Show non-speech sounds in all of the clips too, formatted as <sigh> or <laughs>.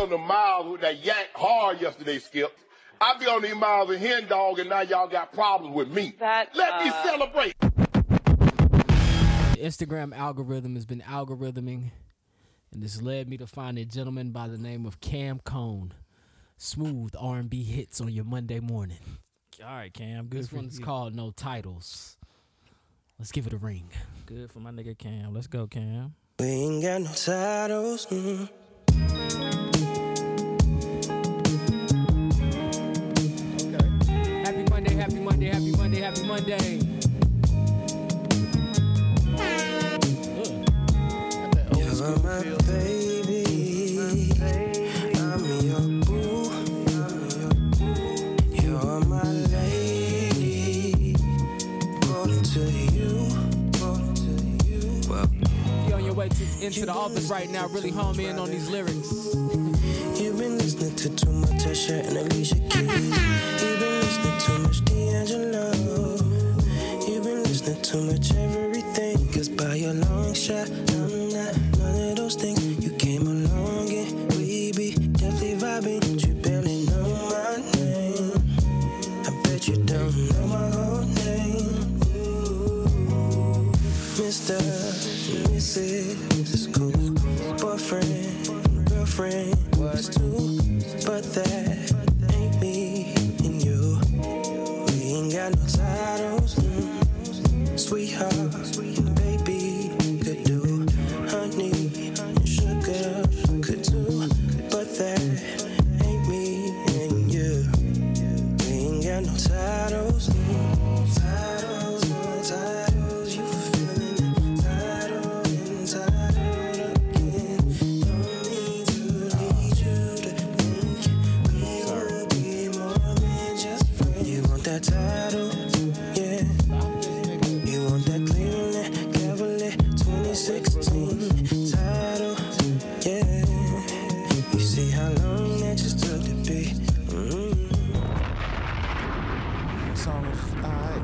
on the miles with that yank hard yesterday, Skip. I be on these miles with hen dog, and now y'all got problems with me. That, Let me uh, celebrate. The Instagram algorithm has been algorithming, and this led me to find a gentleman by the name of Cam Cone. Smooth R&B hits on your Monday morning. All right, Cam. Good This for one's you. called No Titles. Let's give it a ring. Good for my nigga Cam. Let's go, Cam. We ain't got no titles. mm. Happy Monday, happy Monday, happy Monday, happy Monday. You're my baby. I'm your boo. I'm your boo. You're my lady. According to you. According to you. Well, You on your way to, into the office right now, really home in on these lyrics. You've been listening to too much Usher and Alicia Keys. You've been listening too much D'Angelo. You've been listening too much everything. Cause by your long shot, I'm not none of those things. You came along and we be definitely vibing. But you barely know my name. I bet you don't know my whole name. Ooh. Mr. and Mrs. is cool. Boyfriend, and girlfriend was too. But that ain't me and you. We ain't got no titles. mm. Sweetheart, and baby, could do. Honey, and sugar, could do. But that ain't me and you. We ain't got no titles. Titles, no titles. You feeling entitled, entitled again. Don't need to lead you to think we will be more than just friends. You want that title, yeah. You want that Cleveland Cavalier 2016 title, yeah. You see how long that just took to be. mm song uh, was alright.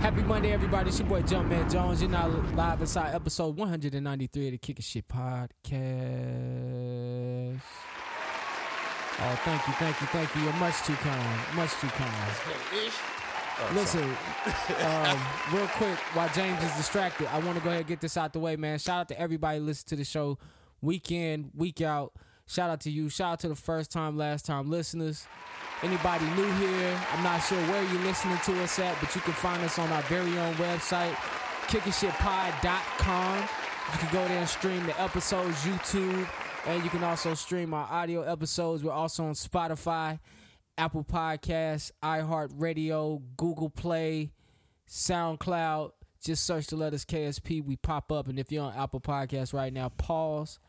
Happy Monday, everybody. It's your boy Jumpman Jones. You're now live inside episode 193 of the Kick It Shit Podcast. Oh, thank you, thank you, thank you. You're much too kind, much too kind. Listen, um, real quick, while James is distracted, I want to go ahead and get this out the way, man. Shout out to everybody listening to the show week in, week out. Shout out to you. Shout out to the first time, last time listeners. Anybody new here, I'm not sure where you're listening to us at, but you can find us on our very own website, kickingshitpod.com. You can go there and stream the episodes, YouTube, and you can also stream our audio episodes. We're also on Spotify. Apple Podcasts, iHeartRadio, Google Play, SoundCloud. Just search the letters KSP. We pop up. And if you're on Apple Podcasts right now, pause,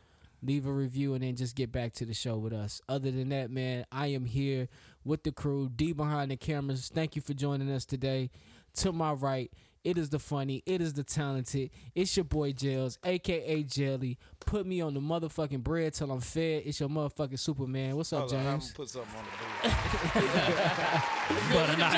leave a review, and then just get back to the show with us. Other than that, man, I am here with the crew, D behind the cameras. Thank you for joining us today. To my right, it is the funny, it is the talented. It's your boy Jails, aka Jelly. Put me on the motherfucking bread till I'm fed. It's your motherfucking Superman. What's up, Hold on, I'm gonna James? put something on the board. But not.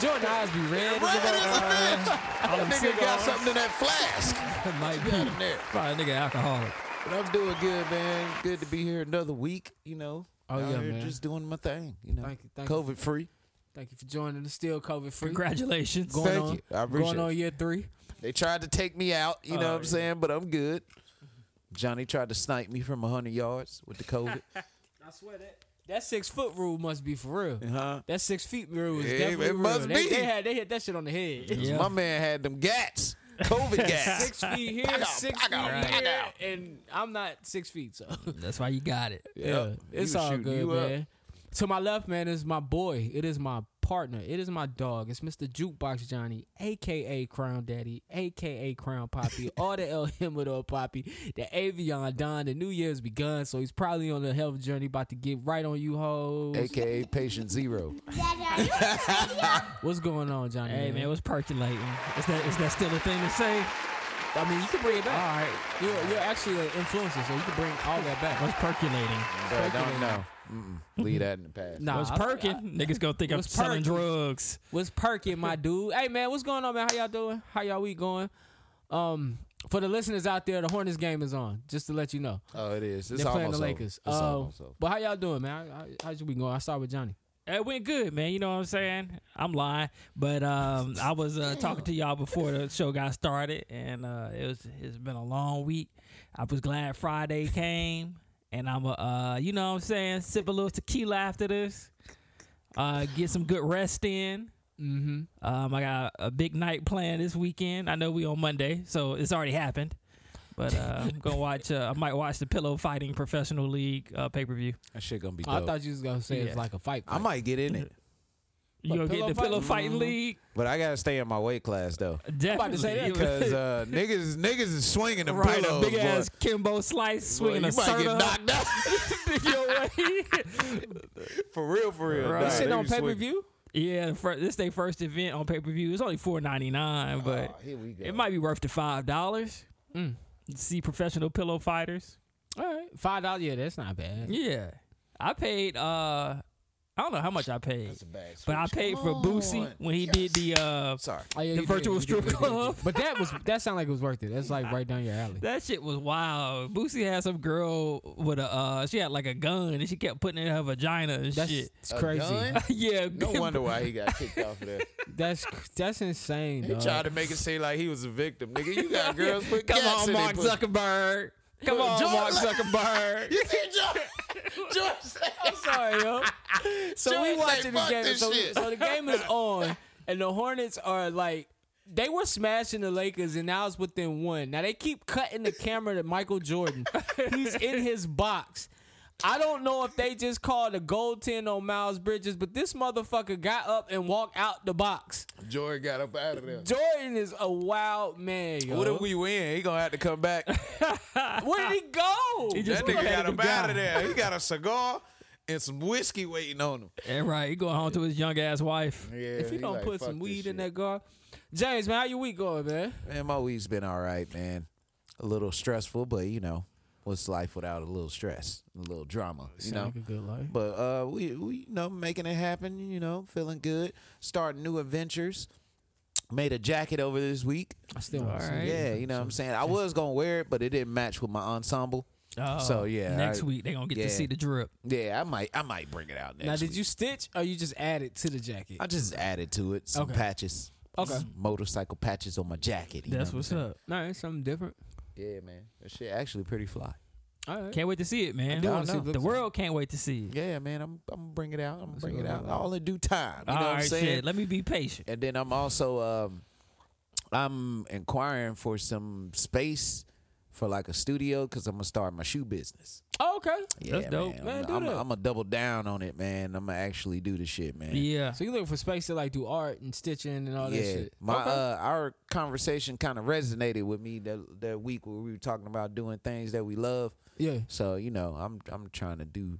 Jordan eyes be red. as Rabbit a- is a bitch. I'm Nigga got something in that <laughs> flask. Might Get out of be. there. Probably a nigga alcoholic. But I'm doing good, man. Good to be here another week. You know. Oh, Out yeah, here man. Just doing my thing. You know. Thank you, thank you. COVID free. Thank you for joining the Still COVID Free. Congratulations. Going Thank on, you. I appreciate Going on it. year three. They tried to take me out. You know Oh, what I'm yeah. saying? But I'm good. Johnny tried to snipe me from hundred yards with <laughs> the COVID. I swear that that six foot rule must be for real. huh? That six feet rule is Yeah, definitely Uh-huh. it real. must they, be. They, had, they hit that shit on the head. Yeah. My man had them gats. <laughs> COVID gats. <laughs> Six feet here, Back out, six back out, feet back here, out. and I'm not six feet, so That's why you got it. yeah, He it's was all shooting good, you up. man. To my left, man, is my boy. It is my partner. It is my dog. It's Mr. Jukebox Johnny, aka Crown Daddy, aka Crown Poppy, all the El Himador Poppy, the Avion Don. The New Year's begun, so he's probably on a health journey, about to get right on you, hoes. AKA patient zero. What's going on, Johnny? Hey man, it was percolating. Is that is that still a thing to say? I mean, you can bring it All back. right, You're, you're actually an influencer, so you can bring all that back. what's percolating? But I don't know. Mm-mm. Leave that in the past. Nah, what's I- perking? Niggas gonna think I'm What's selling perking? drugs. What's perking, my dude? Hey man, what's going on, man? How y'all doing? How y'all week going? Um, For the listeners out there, the Hornets game is on. Just to let you know, Oh, it is. It's they're playing almost the over. Lakers. It's Uh, almost over. but how y'all doing, man? How, how, how's your week going? I start with Johnny. It went good, man. You know what I'm saying? I'm lying, but um, I was uh, talking to y'all before the show got started, and uh, it was it's been a long week. I was glad Friday came, and I'm a uh, you know what I'm saying sip a little tequila after this, uh, get some good rest in. Mm-hmm. Um, I got a big night planned this weekend. I know we on Monday, so it's already happened. But uh, I'm <laughs> gonna watch. Uh, I might watch the Pillow Fighting Professional League uh, pay per view. That shit gonna be I dope. thought you was gonna say it's Yeah. like a fight. I fight. might get in it, You gonna What, get Pillow the Pillow Fighting? Mm-hmm. Fighting League? but I gotta stay in my weight class <laughs> though, Definitely. about to say that, <laughs> because uh, niggas niggas is swinging the right, pillows, a big boy. ass Kimbo slice Boy, swinging you a might get soda knocked out <laughs> your way. for real, for real. Right. Nah, This shit they on be pay swinging. per view. yeah, fir- this their first event on pay per view. It's only four ninety nine, but Oh, Here we go. it might be worth the five dollars. Mm. See professional pillow fighters. All right, five dollars. Yeah, that's not bad. Yeah, I paid. uh I don't know how much I paid, It's a bad but I switch. paid for Come Boosie on. when he did the uh Sorry. Oh, yeah, the you did, virtual you did, strip you did, you did. club. But that was that sounded like it was worth it. That's like right down your alley. That shit was wild. Boosie had some girl with a uh she had like a gun and she kept putting it in her vagina and That's shit. <laughs> it's crazy. gun? yeah, No wonder why he got kicked off of <laughs> there. That's that's insane. He dog. tried to make it seem like he was a victim, nigga. You <laughs> got girls put <laughs> Come gas on, in they Mark pussy. Zuckerberg. Come on, George- Mark Zuckerberg. You see George? George I'm sorry, <laughs> yo. So George we like, watching "Fuck the game. this So, shit." so the game <laughs> is on, and the Hornets are like they were smashing the Lakers, and now it's within one. Now they keep cutting the camera to Michael Jordan. He's in his box. I don't know if they just called a gold ten on Miles Bridges, but this motherfucker got up and walked out the box. George got up out of there. Jordan is a wild man. Yo. What if we win? He gonna have to come <laughs> back. Where did he go? That nigga got him guy. out of there. He got a cigar and some whiskey waiting on him. And right, he going home to his young ass wife. Yeah, if he don't put some weed in that guard, James, man, how your week going, man? man, my week's been all right, man. A little stressful, but you know, what's life without a little stress, a little drama, you know? good life. But uh, we we you know making it happen. You know, feeling good, starting new adventures. Made a jacket over this week. I still want to see. Alright. it. Yeah, you know what I'm saying. I was gonna wear it, but it didn't match with my ensemble. Oh, So, yeah, next I- week they gonna get yeah. to see the drip. Yeah, I might I might bring it out next. Now, did week. you stitch or you just add it to the jacket? I just added to it some Okay. patches. Okay. Some motorcycle patches on my jacket. you That's know what's what I'm up. No, it's something different. saying? Yeah, man. That shit actually pretty fly. All right. Can't wait to see it, man. do wanna see what it the looks world can't wait to see it. Yeah, man. I'm I'm gonna bring it out. I'm gonna bring what it I out like. all in due time. You know All what I'm right, saying? shit. Let me be patient. and then I'm also um, I'm inquiring for some space for like a studio because I'm gonna start my shoe business. Oh, okay. That's dope. man. Man, I'm, do I'm, that. I'm gonna double down on it, man. I'm gonna actually do the shit, man. Yeah. So you looking for space to like do art and stitching and all that Yeah, shit? my okay. uh, our conversation kind of resonated with me that that week where we were talking about doing things that we love. yeah. So you know, I'm I'm trying to do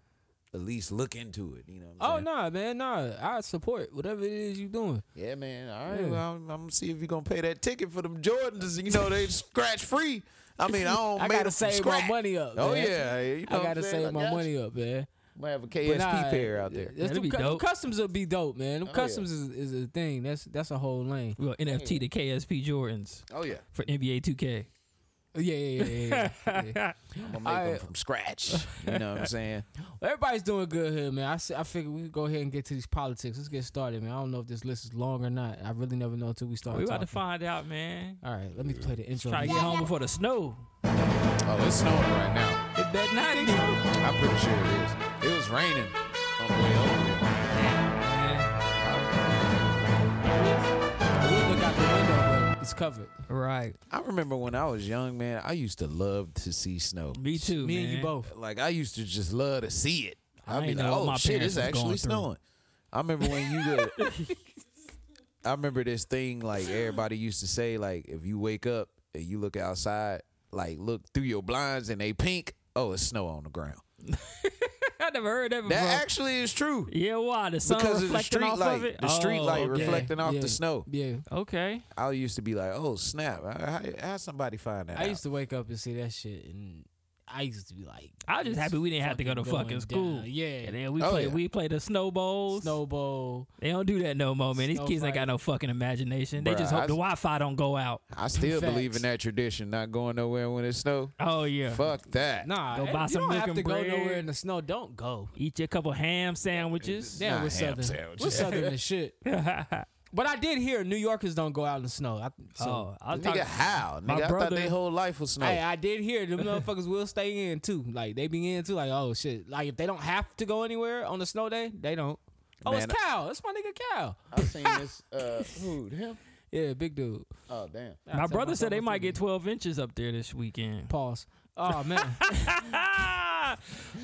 at least look into it. You know. What I'm Oh saying? nah, man, nah. I support whatever it is you doing. Yeah, man. All right. Yeah. Well, I'm, I'm gonna see if you're gonna pay that ticket for them Jordans. You know, they scratch free. I mean, I don't. <laughs> I made gotta them from save scratch. my money up. Oh man. yeah, you know I what gotta I'm saying? save my got money you. up, man. Might have a But KSP nah, pair out there. that's That'd the be cu- dope. Customs will be dope, man. Them yeah. customs is, is a thing. That's that's a whole lane. Well, NFT to KSP Jordans Oh yeah, for NBA 2K. Yeah, yeah, yeah, yeah. <laughs> yeah. yeah. I'm gonna make I- them <laughs> from scratch. You know what I'm saying? Everybody's doing good here, man. I, s- I figured we could go ahead and get to these politics. Let's get started, man. I don't know if this list is long or not. I really never know until we start. We about talking. to find out, man. All right, let me play the intro. Try to get home before the snow. Oh, it's snowing right now. It better not. be. I'm pretty sure it is. It was raining on the way over here. Man. We'll look out the window, but it's covered. Right. I remember when I was young, man. I used to love to see snow. Me too. Me and you man. both. Like I used to just love to see it. I I'd be ain't like, know what oh my shit, it's parents was actually going through. snowing. I remember when you could. <laughs> I remember this thing like everybody used to say like if you wake up and you look outside like look through your blinds and they pink oh it's snow on the ground I never heard that before. that actually is true yeah, why? The sun because of the Uh-huh. reflecting street off light of it? the street Oh, light okay. reflecting off yeah, the snow Yeah. Okay. I used to be like oh snap how how how'd somebody find that I out? used to wake up and see that shit, and I used to be like, I was just happy we didn't have to go to fucking going fucking school. down. Yeah. and then we Oh, played. yeah. We played the snowballs. snowball. They don't do that no more, man. These Snow kids ain't fight. got no fucking imagination. They Bruh, just hope I- the Wi-Fi don't go out. I still believe Facts. in that tradition, not going nowhere when it snow. Oh yeah, Fuck that. Nah, Go eh, buy you some don't have milk to and go nowhere bread. in the snow. Don't go. eat you a couple ham sandwiches. Damn, Nah, we're ham southern. sandwiches. We're southern as shit. But I did hear New Yorkers don't go out in the snow. I, so, oh, I was Nigga, talking. how? my Nigga, I thought brother- their whole life was snow. Hey, I did hear them motherfuckers will stay in too. Like they be in too. Like oh shit. Like if they don't have to go anywhere on a snow day, they don't. Oh, Man, it's Cal. That's my nigga Cal. I seen this. Uh, who him? Yeah, big dude. Oh damn. My brother said they might get 12 inches up there this weekend. Pause. Oh <laughs> man.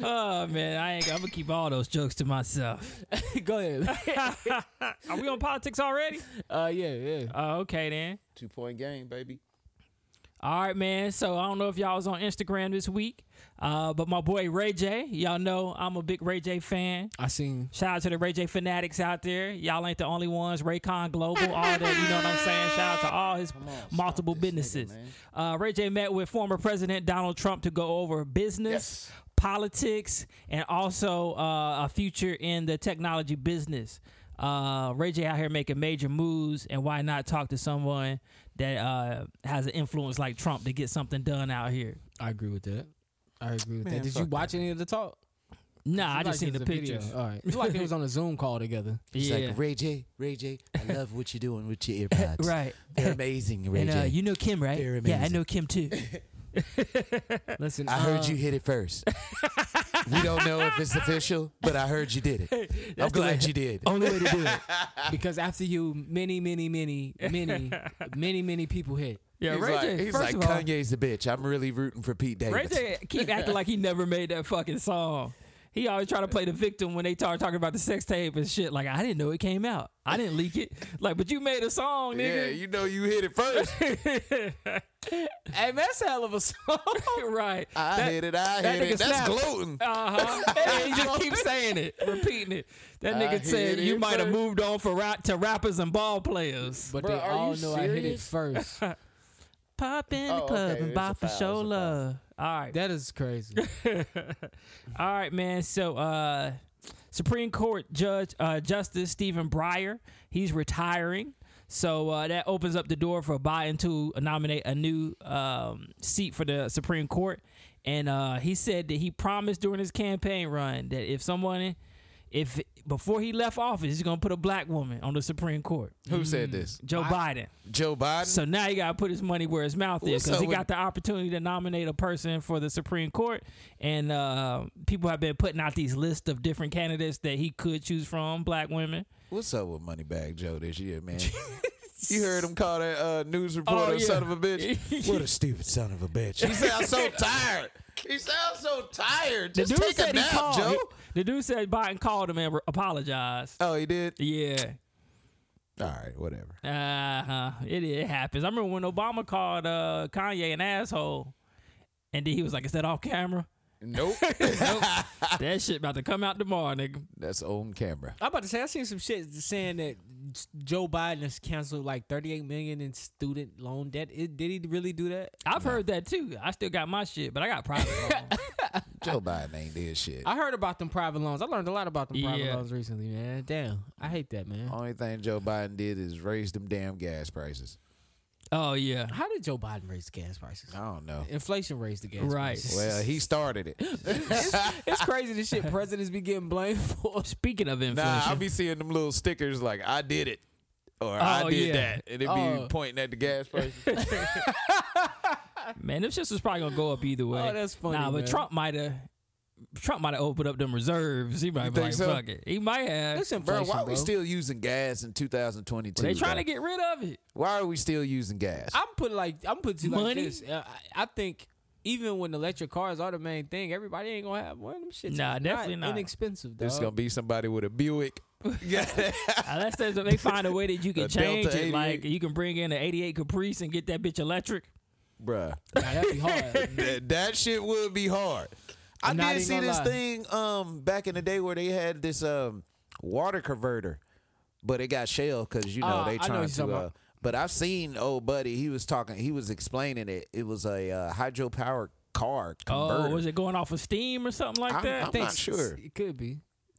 oh man, I ain't, I'm gonna keep all those jokes to myself. go ahead. <laughs> Are we on politics already? Uh, yeah, yeah. Oh, okay then. Two point game, baby. All right, man. So I don't know if y'all was on Instagram this week, uh, but my boy Ray J, y'all know I'm a big Ray J fan. I seen. Shout out to the Ray J fanatics out there. Y'all ain't the only ones. Raycon Global, all that. You know what I'm saying? Shout out to all his multiple businesses. uh, Ray J met with former President Donald Trump to go over business, politics, and also uh, a future in the technology business. Uh, Ray J out here making major moves, and why not talk to someone that uh, has an influence like Trump to get something done out here? I agree with that. I agree with Man, that. Did you fuck watch any of the talk? Nah, I Like, just seen it the was a video. Uh, pictures. All right. It's like they was on a Zoom call together. <laughs> yeah, Ray J, Ray J, <laughs> I love what you're doing with your earpods. right. They're amazing, And uh, you know Kim, right? They're Yeah, I amazing. know Kim too. Listen, uh, <laughs> hit it <laughs> first. we don't know if it's official, but I heard you did it. I'm glad you did. Only way to do it. because after you, many, many, many, <laughs> many, many, many people hit. Yeah, he's Ray like, J. he's like, First of all, Kanye's a bitch. I'm really rooting for Pete Davis. Ray J keep acting like he never made that fucking song. He always try to play the victim when they start talking about the sex tape and shit. Like I didn't know it came out. I didn't leak it. Like, but you made a song, yeah, nigga. you know you hit it <laughs> first. Hey, man, that's a hell of a <laughs> song. <laughs> right. I That- hit it. I that hit it. nigga That's snapped. gloating. Uh-huh. and he just keeps saying it, repeating it. That I nigga hit said it you might have first." moved on for rap to rappers and ball players. But Bruh, they are all know you I hit it serious? first. <laughs> Pop in the Oh, club okay, and it's buy a for foul, it's show a foul. love. All right. that is crazy. All right, man. So, uh, Supreme Court Judge uh, Justice Stephen Breyer, he's retiring. So uh, that opens up the door for Biden to nominate a new um, seat for the Supreme Court. And uh, he said that he promised during his campaign run that if someone, if before he left office, he's gonna put a black woman on the Supreme Court. Who mm. said this? Joe Biden. Joe Biden. So now he got to put his money where his mouth is What's because up he with- got the opportunity to nominate a person for the Supreme Court, and uh, people have been putting out these lists of different candidates that he could choose from, black women. What's up with Moneybag Joe this year, <laughs> man? you heard him call that uh, news reporter Oh, a yeah. son of a bitch. <laughs> what a stupid son of a bitch. He sounds <laughs> so tired. He sounds so tired. Just take a nap, Joe. The dude said Biden called him and re- apologized. Oh, he did. Yeah. All right, whatever. Uh-huh. It, it happens. I remember when Obama called uh, Kanye an asshole, and then he was like, "Is that <laughs> off camera? Nope. that shit about to come out tomorrow, nigga." <laughs> That's on camera. I'm about to say I seen some shit saying that Joe Biden has canceled like 38 million in student loan debt. It, did he really do that? I've heard that too. I still got my shit, but I <laughs> got private. loans. Joe Biden ain't did shit. I heard about them private loans. I learned a lot about them private Yeah. loans recently, man. Damn, I hate that, man. Only thing Joe Biden did is raise them damn gas prices. Oh yeah. How did Joe Biden raise the gas prices? I don't know. Inflation raised the gas Right. prices. <laughs> Well, he started <laughs> it. it's crazy the <laughs> shit presidents be getting blamed for. Speaking of inflation, nah, I'll be seeing them little stickers like I did it or I Oh, did yeah. that, and it be Oh. pointing at the gas prices. man, them shits was probably gonna go up either way. Oh, that's funny, Nah, but man. Trump might have. Trump might have opened up them reserves. He might have think like, so? fuck it. He might have. That's Bro, inflation, why bro. are we still using gas in 2022? they trying bro? to get rid of it. Why are we still using gas? I'm putting like I'm putting like Money? this. Uh, I, I think even when electric cars are the main thing, everybody ain't gonna have one of them shits. Nah, is definitely not. inexpensive. Dog. This is gonna be somebody with <laughs> a Buick. <laughs> Unless there's, they find a way that you can A change Delta it. Like 88. you can bring in an 88 Caprice and get that bitch electric. Bruh, nah, that'd be hard. that, that shit would be hard. I I'm not did even see gonna this lie. thing um back in the day where they had this um water converter, but it got shelled because you know Uh, I they know what trying you're to. talking Uh, about. but I've seen old buddy. He was talking. He was explaining it. It was a uh, hydropower car <laughs> Oh, converter. was it going off of steam or something like I'm- that? I'm not sure. It could be.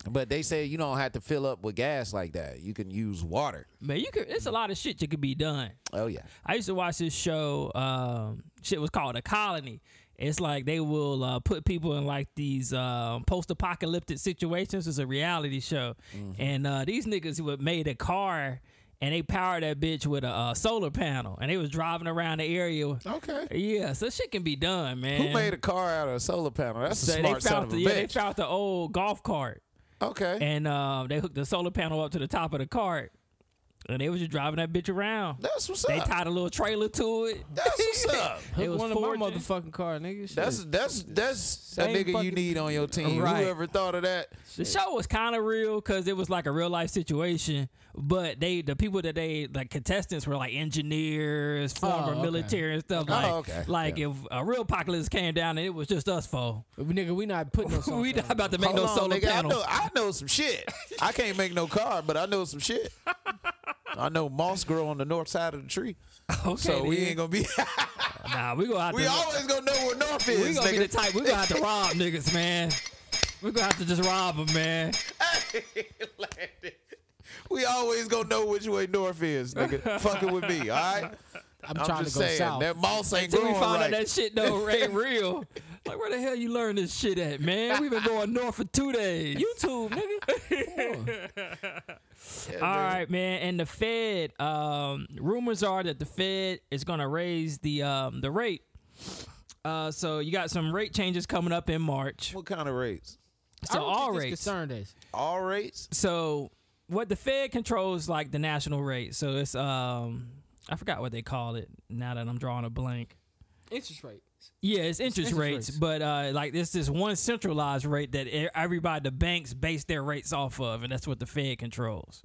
But they said you don't have to fill up with gas like that. You can use water. Man, you could. It's a lot of shit that could be done. Oh yeah. I used to watch this show. Um, shit was called A Colony. It's like they will uh, put people in like these um, post-apocalyptic situations. It's a reality show, and uh, these niggas would made a car and they powered that bitch with a, uh solar panel, and they was driving around the area. Okay. Yeah, so shit can be done, man. Who made a car out of a solar panel? That's So a smart they son found of a the, yeah, they bitch. found the old golf cart okay. and um, they hooked the solar panel up to the top of the cart, and they was just driving that bitch around. That's what's They up. tied a little trailer to it. <laughs> That's <laughs> what's up. It Hook was one of my motherfucking forging. car, nigga. Shit. That's that's that's a Same nigga you fucking- need on your team. Right. Whoever thought of that? The show was kind of real because it was like a real life situation, but they the people that they like contestants were like engineers, former Oh, okay. military and stuff. Like, okay. like if a real apocalypse came down and it was just us four, nigga, we not putting <laughs> <laughs> no solar we not panel. about to make Hold no on, solar nigga. I know panel. I know some shit. I can't make no car, but I know some shit. I know moss grow on the north side of the tree, Okay, so we then. ain't gonna be. <laughs> nah, we gonna have we to. always gonna know where north is, we gonna nigga. be the type. We gonna have <laughs> to rob niggas, man. We gonna have to just rob them, man. We always gonna know which way north is, nigga. Fucking with me, all right? I'm, I'm trying just to go saying south. that moss ain't Till we growing found out right. that shit though <laughs> ain't real. Like where the hell you learn this shit at, man? We've been going north for two days. <laughs> YouTube, nigga. All right, man. And the Fed, um, rumors are that the Fed is gonna raise the um, the rate. Uh, so you got some rate changes coming up in March. what kind of rates? I So don't think all this rates. concerned us. All rates? So what the Fed controls like the national rate. So it's um, I forgot what they call it. Now that I'm drawing a blank. Interest rate. Yeah, it's interest, interest rates, rates. but uh, like this is one centralized rate that e- everybody, the banks, base their rates off of, and that's what the Fed controls.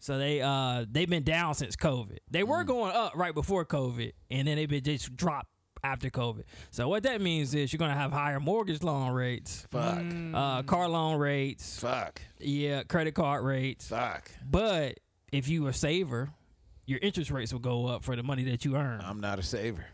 So they uh, they've been down since COVID. They were going up right before COVID, and then they've been just dropped after COVID. So what that means is you're gonna have higher mortgage loan rates, Fuck. uh, car loan rates, Fuck. yeah, credit card rates. Fuck. But if you a saver, your interest rates will go up for the money that you earn. I'm not a saver.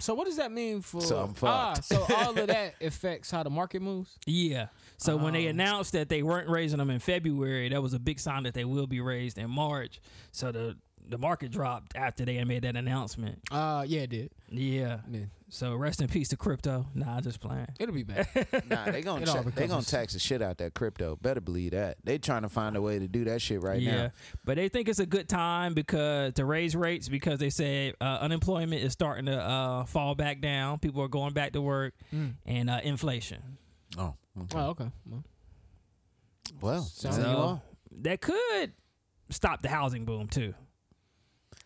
So what does that mean for? So I'm Ah, fucked. <laughs> so all of that affects how the market moves. Yeah. So when Oh. they announced that they weren't raising them in February, that was a big sign that they will be raised in March. So the the market dropped after they had made that announcement. Uh, yeah, it did. Yeah. Yeah. So rest in peace to crypto. Nah, I'm just playing. It'll be back. Nah, they gonna It all check- they becomes- gonna tax the shit out that crypto. Better believe that. They trying to find a way to do that shit right yeah. now. But they think it's a good time because to raise rates because they said uh, unemployment is starting to uh, fall back down. People are going back to work Mm. and uh, inflation. Oh, okay. <laughs> oh, okay. Well, well, Sounds- there you So are. that could stop the housing boom too.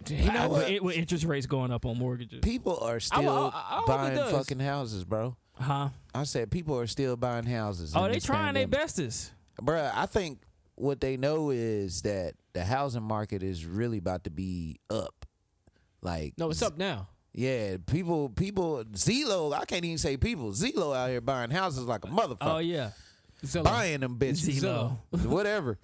You know with, what? with interest rates going up on mortgages. People are still I- I hope it buying does. fucking houses, bro. Huh? I said people are still buying houses. Oh, in they this trying their pandemic. bestest. Bruh, I think what they know is that the housing market is really about to be up. Like no, it's up now. Yeah, people, people, Zillow. I can't even say people. Zillow out here buying houses like a motherfucker. Oh yeah, Zillow. buying them bitches. Zillow. whatever.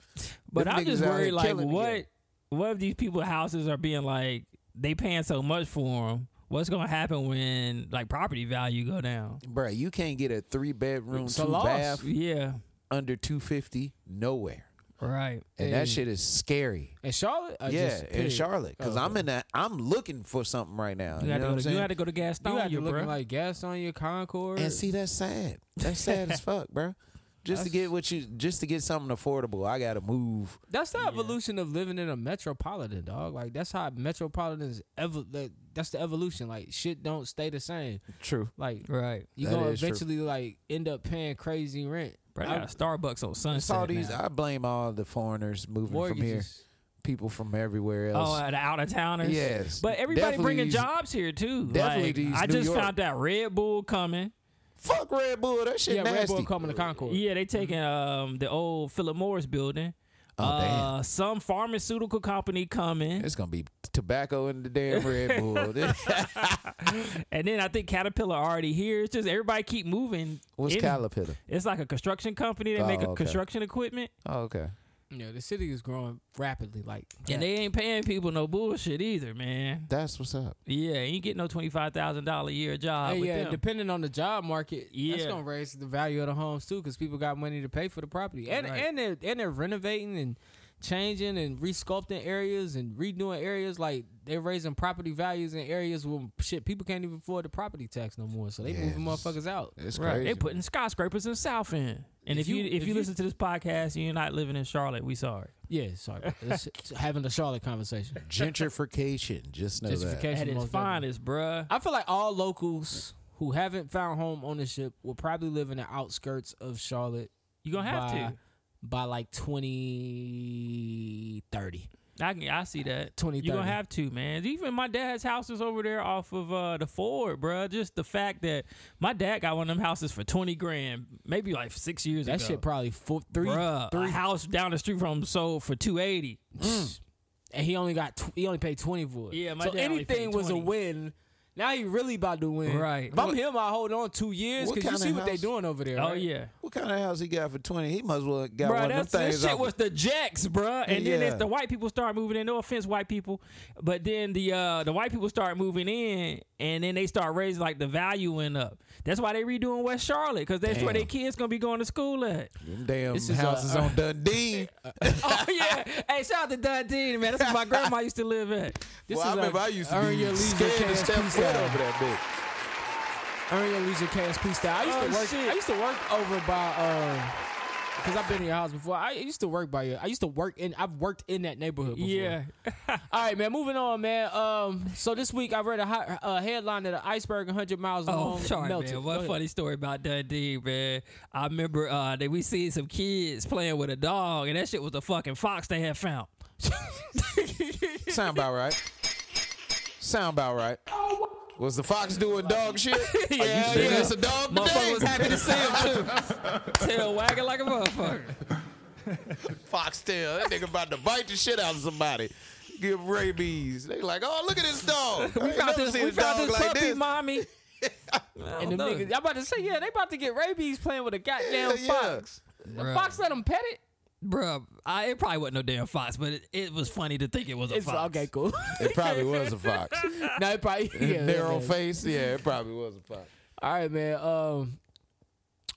but Them I'm just niggas out worried. here Like, killing what? again. What if these people houses are being like they paying so much for them? What's gonna happen when like property value go down? Bruh, you can't get a three bedroom, It's two a loss. bath Yeah, under two fifty nowhere, right. and that Hey. shit is scary. And Charlotte. I yeah, just in picked. Charlotte, because Oh, I'm in that. I'm looking for something right now. You, You, had know what to go I'm to, you had saying? to go to You Gastonia, had to bro. looking like gas on your Concord. And see, that's sad. That's sad <laughs> as fuck, bruh. Just to get what you, just to get something affordable, I gotta move. That's the evolution of living in a metropolitan, dog. Like that's how metropolitans ever. That, that's the evolution. Like shit don't stay the same. True. Like right. you That gonna is true. eventually like end up paying crazy rent. Bro, I I- got a Starbucks on Sunset. It's all these. now. I blame all the foreigners moving from here. Mortgages. People from everywhere else. Oh, uh, the out of towners. Yes. but everybody Definitely bringing these- jobs here too. definitely Like, these I New just York- found that Red Bull coming. Fuck Red Bull. That shit Yeah, nasty. Red Bull coming to Concord. Yeah, they taking Mm-hmm. um the old Philip Morris building. uh, some pharmaceutical company coming, Oh, It's gonna be tobacco in the damn Red Bull. <laughs> and then I think Caterpillar already here. It's just everybody keep moving. <laughs> What's In- Caterpillar? It's like a construction company. They Oh, make a okay. construction equipment, Oh, okay. Yeah, the city is growing rapidly. Like, And they ain't paying people no bullshit either, man. That's what's up. Yeah, ain't getting no twenty five thousand dollar a year job Hey, Uh, with yeah, them. depending on the job market, that's Yeah. gonna raise the value of the homes too, because people got money to pay for the property, and Right. and they're and they're renovating and changing and resculpting areas and redoing areas. Like they're raising property values in areas where shit people can't even afford the property tax no more, so they moving Yes. motherfuckers out. It's Right, crazy. they putting skyscrapers in South End. And If if, you, you- if, if you, you- listen to this podcast and you're not living in Charlotte, we sorry. Yeah, sorry, about that. It's- it's having a Charlotte conversation. Gentrification. Just know that. Gentrification At its most definitely. finest, bruh. I feel like all locals who haven't found home ownership will probably live in the outskirts of Charlotte. You gonna have by, to. by like 2030. I can, I see that. 20, You gonna 30. have to, man. Even my dad's house is over there off of uh, the Ford, bruh. Just the fact that my dad got one of them houses for twenty grand, maybe like six years That ago. shit probably four, three, bruh. three. mm. A house down the street from him sold for two eighty. and he only got tw- he only paid 20 for it. mm. Yeah, my so dad only anything paid was a 20. win. Now he really about to win. Right. If I'm him, I hold on two years What because you kinda see what they house? doing over there. Oh right? yeah. What kind of house he got for twenty? He must well got Bruh, one of that's, them things. that shit off- was the jacks, bruh. And then Yeah. as the white people start moving in, no offense, white people, but then the uh, the white people start moving in, and then they start raising like the value went up. That's why they redoing West Charlotte because that's where their kids gonna be going to school at. Them damn This is, houses uh, on <laughs> Dundee. oh yeah, hey, shout out to Dundee, man. That's where my grandma used to live at. This well, I is remember a I used to earn be your leisure scared to KSP step foot style. over that bitch. Earn your leisure KSP style. I used to Oh, work. shit. I used to work over by. Uh, Cause I've been in your house before. I used to work by you. I used to work in. I've worked in that neighborhood. before. <laughs> Yeah, All right, man. Moving on, man. Um. So this week I read a hot, uh, headline that an iceberg 100 miles Oh, long I'm sorry, melted. man. Go One ahead. funny story about Dundee, man. I remember uh, that we seen some kids playing with a dog, and that shit was the fucking fox they had <laughs> found. Sound about right. Sound about right. Was the fox doing dog shit? yeah, Are you Yeah, saying yeah. it's a dog Motherfucker was today? happy to see him too. <laughs> Tail wagging like a motherfucker. Fox tail. That nigga about to bite the shit out of somebody. Give rabies. They like, oh look at this dog. We found this, we found this puppy, mommy. And them niggas, I'm about to say, yeah, they about to get rabies playing with a goddamn <laughs> Yeah, yeah. fox. The fox let them pet it. Bruh, I, it probably wasn't no damn fox, but it, it was funny to think it was a It's fox. okay, cool. <laughs> It probably was a fox. no, it <laughs> probably yeah, <laughs> Narrow yeah. face. Yeah, it probably was a fox. All right, man. Um,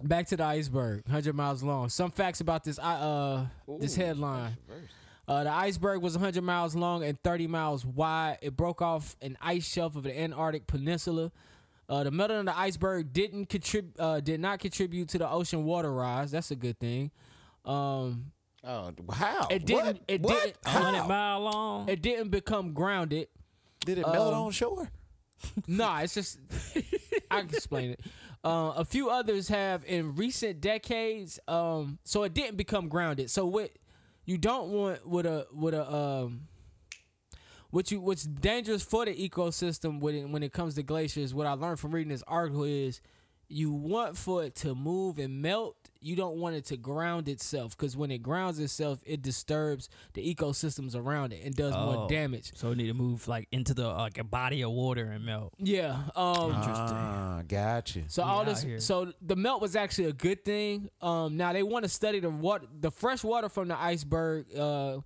back to the iceberg, hundred miles long. Some facts about this. I uh, this headline. Uh, the iceberg was 100 miles long and 30 miles wide. It broke off an ice shelf of the Antarctic Peninsula. Uh, the melting of the iceberg didn't contrib- uh, did not contribute to the ocean water rise. That's a good thing. Um, Oh, how? It didn't- What? it What? didn't- How? 100 mile long. it didn't become grounded. Did it melt on shore? Nah, it's just I can explain it. Uh, a few others have in recent decades. Um, so it didn't become grounded. So what you don't want with a with a um, what you what's dangerous for the ecosystem when it, when it comes to glaciers. What I learned from reading this article is you want for it to move and melt. You don't want it to ground itself because when it grounds itself, it disturbs the ecosystems around it and does more Oh. damage. So it need to move like into the like a body of water and melt. Yeah. Um, Ah, gotcha. So all out this, here. so the melt was actually a good thing. Um, now they want to study the water, the fresh water from the iceberg, uh,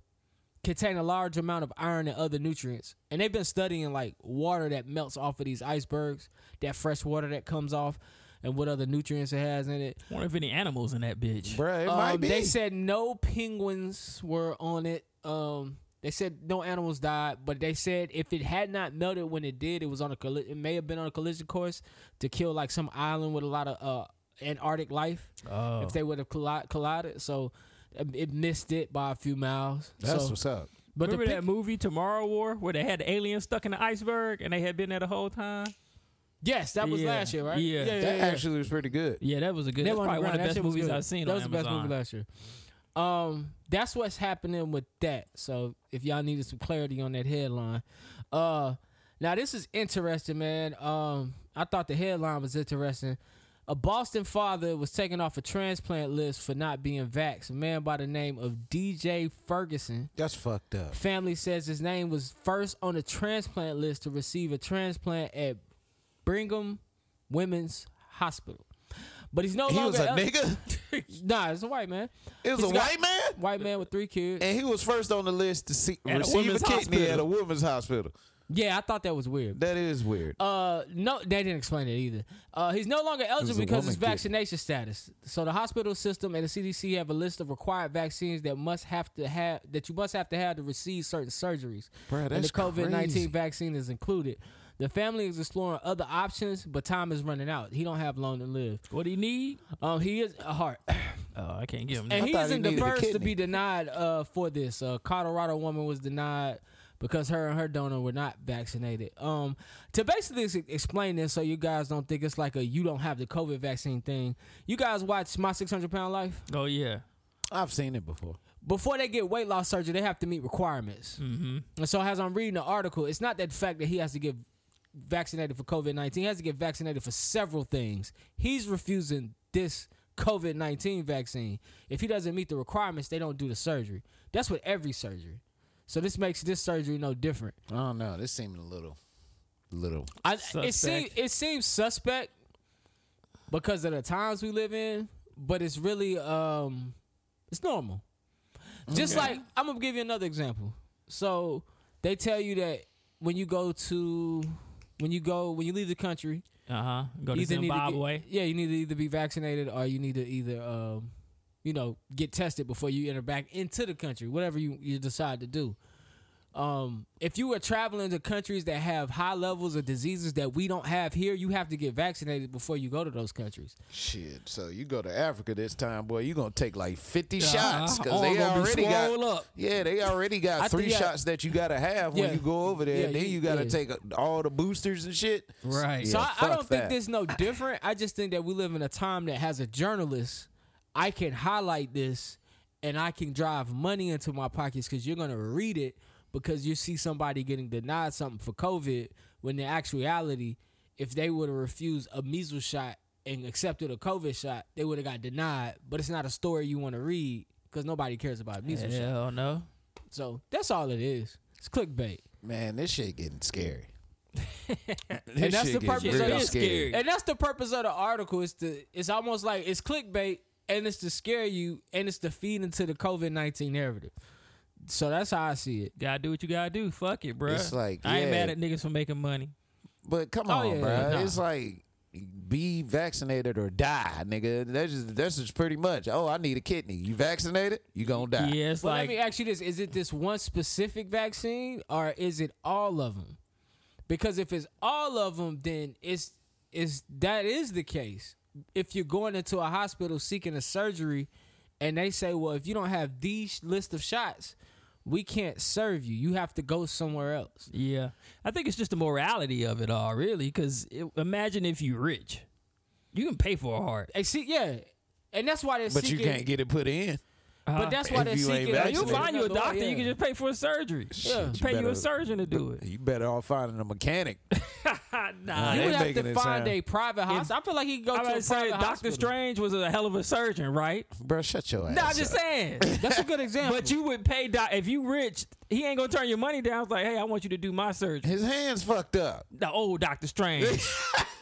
contain a large amount of iron and other nutrients, and they've been studying like water that melts off of these icebergs, that fresh water that comes off, and what other nutrients it has in it. wonder if any animals in that bitch. Bruh, it might Um, be. They said no penguins were on it. Um, they said no animals died, but they said if it had not melted when it did, it was on a colli- it may have been on a collision course to kill like some island with a lot of uh, Antarctic life. Oh. If they would have colli- collided, so um, it missed it by a few miles. That's So- what's up. but the Remember pic- that movie Tomorrow War where they had the aliens stuck in the iceberg and they had been there the whole time? yes, that was Yeah. last year, right? Yeah. yeah, That yeah. actually was pretty good. Yeah, that was a good. That's were on probably one of ground. the That best shit was movies good. I've seen. That on was the best movie Amazon. last year. Um, that's what's happening with that. So if y'all needed some clarity on that headline, uh, now this is interesting, man. Um, I thought the headline was interesting. A Boston father was taken off a transplant list for not being vaxxed. A man by the name of DJ Ferguson That's fucked up. Family says his name was first on the transplant list to receive a transplant at Brigham Women's Hospital. But he's no He longer. was a el- <laughs> nigga. Nah, it's a white man. It was He's a got- <laughs> white man, White man with three kids. and he was first on the list to see, At a receive a, women's kidney hospital. at a women's hospital. Yeah, I thought that was weird. That is weird. Uh, no, they didn't explain it either. Uh, he's no longer eligible a because of his woman kid. vaccination status. So the hospital system and the CDC have a list of required vaccines that must have to have that you must have to have to receive certain surgeries. Bruh, and the that's COVID crazy. nineteen vaccine is included. The family is exploring other options, but time is running out. He don't have long to live. What do you need? Um, he is a heart, Oh, I can't give him. and that. he thought he isn't the needed a first to kidney. be denied uh, for this. A Colorado woman was denied because her and her donor were not vaccinated. Um, to basically s- explain this, so you guys don't think it's like a you don't have the COVID vaccine thing. You guys watch My Six Hundred Pound Life. Oh yeah. I've seen it before. Before they get weight loss surgery, they have to meet requirements. Mm-hmm. And so, as I'm reading the article, it's not that fact that he has to get vaccinated for COVID nineteen. He has to get vaccinated for several things. He's refusing this COVID nineteen vaccine. If he doesn't meet the requirements, they don't do the surgery. That's with every surgery. So this makes this surgery no different. I don't know. This seemed a little, little. I, it Suspect. seems it seems suspect because of the times we live in, but it's really um it's normal. Just like I'm gonna give you another example. So they tell you that when you go to when you go when you leave the country, Uh huh. Go you to either need Zimbabwe. to get, yeah, you need to either be vaccinated or you need to either um you know get tested before you enter back into the country, whatever you you decide to do. Um, if you are traveling to countries that have high levels of diseases that we don't have here, you have to get vaccinated before you go to those countries. Shit. So you go to Africa this time, boy. You gonna take like fifty Uh-huh. shots because Arm they gonna be already got. swole up. Yeah, they already <laughs> got I three think I- shots that you gotta have Yeah. when you go over there. Yeah, and then you- you, gotta yeah. take uh, all the boosters and shit. Right. So Yeah, I, I fuck don't that. think this no different. I just think that we live in a time that has a journalist. I can highlight this, and I can drive money into my pockets because you're gonna read it because you see somebody getting denied something for COVID when in actuality, if they would have refused a measles shot and accepted a COVID shot, they would have got denied. But it's not a story you want to read because nobody cares about measles shot. Hell no. So that's all it is. It's clickbait. Man, this shit <laughs> getting scary. This And that's the shit getting purpose of real it. scary. And that's the purpose of the article. It's to it's almost like it's clickbait and it's to scare you and it's to feed into the COVID nineteen narrative. So that's how I see it. Gotta do what you gotta do. Fuck it, bro. It's like, I ain't yeah. mad at niggas for making money. But come Oh, on, yeah, bro. nah. It's like be vaccinated or die, nigga. That's just that's just pretty much. Oh, I need a kidney. You vaccinated, you gonna die. Yeah, it's Well, like let me ask you this: Is it this one specific vaccine, or is it all of them? Because if it's all of them, then it's is that is the case. If you're going into a hospital seeking a surgery, and they say, "Well, if you don't have these list of shots, we can't serve you. You have to go somewhere else." Yeah, I think it's just the morality of it all, really. Because imagine if you rich, you can pay for a heart. Hey, see, yeah, and that's why they're But seeking. you can't get it put in. Uh-huh. but that's why if they're you ain't seeking. Now, you vaccinated. find you a doctor, Yeah. you can just pay for a surgery. Yeah. Shit, pay you a better- surgeon to do it. You better all finding <laughs> a mechanic. nah, You You They would have making to it find sound- a private hospital. I feel like he could go I'm to a about to private say hospital. Doctor Strange was a hell of a surgeon, right? bro, shut your ass. Nah, I'm just up. <laughs> saying. That's a good example. but you would pay doc if you rich. He ain't gonna turn your money down. It's like, hey, I want you to do my surgery. His hands fucked up. The old <laughs> Doctor Strange,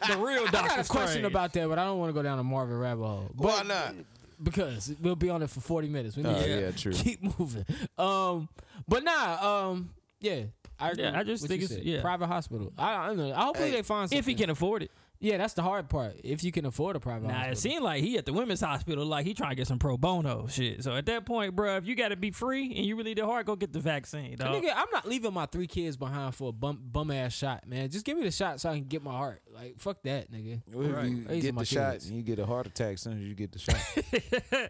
the real Doctor I got a Strange. question about that, but I don't want to go down a Marvin rabbit hole Why not? because we'll be on it for forty minutes. We need Oh, to yeah, true. keep moving. Um, but nah, um, yeah, I agree. Yeah, I with just what think you it's- said. yeah. private hospital. I, I don't know. Hopefully they find something. If he can afford it. yeah, that's the hard part. If you can afford a private Nah, it hospital, seemed like he at the women's hospital, like he trying to get some pro bono shit. So at that point, bruh, if you got to be free and you really the heart, go get the vaccine. Dog. Nigga, I'm not leaving my three kids behind for a bum bum ass shot, man. Just give me the shot so I can get my heart. Like fuck that, nigga. What if you These are get my the shot kids. and you get a heart attack as soon as you get the shot? <laughs>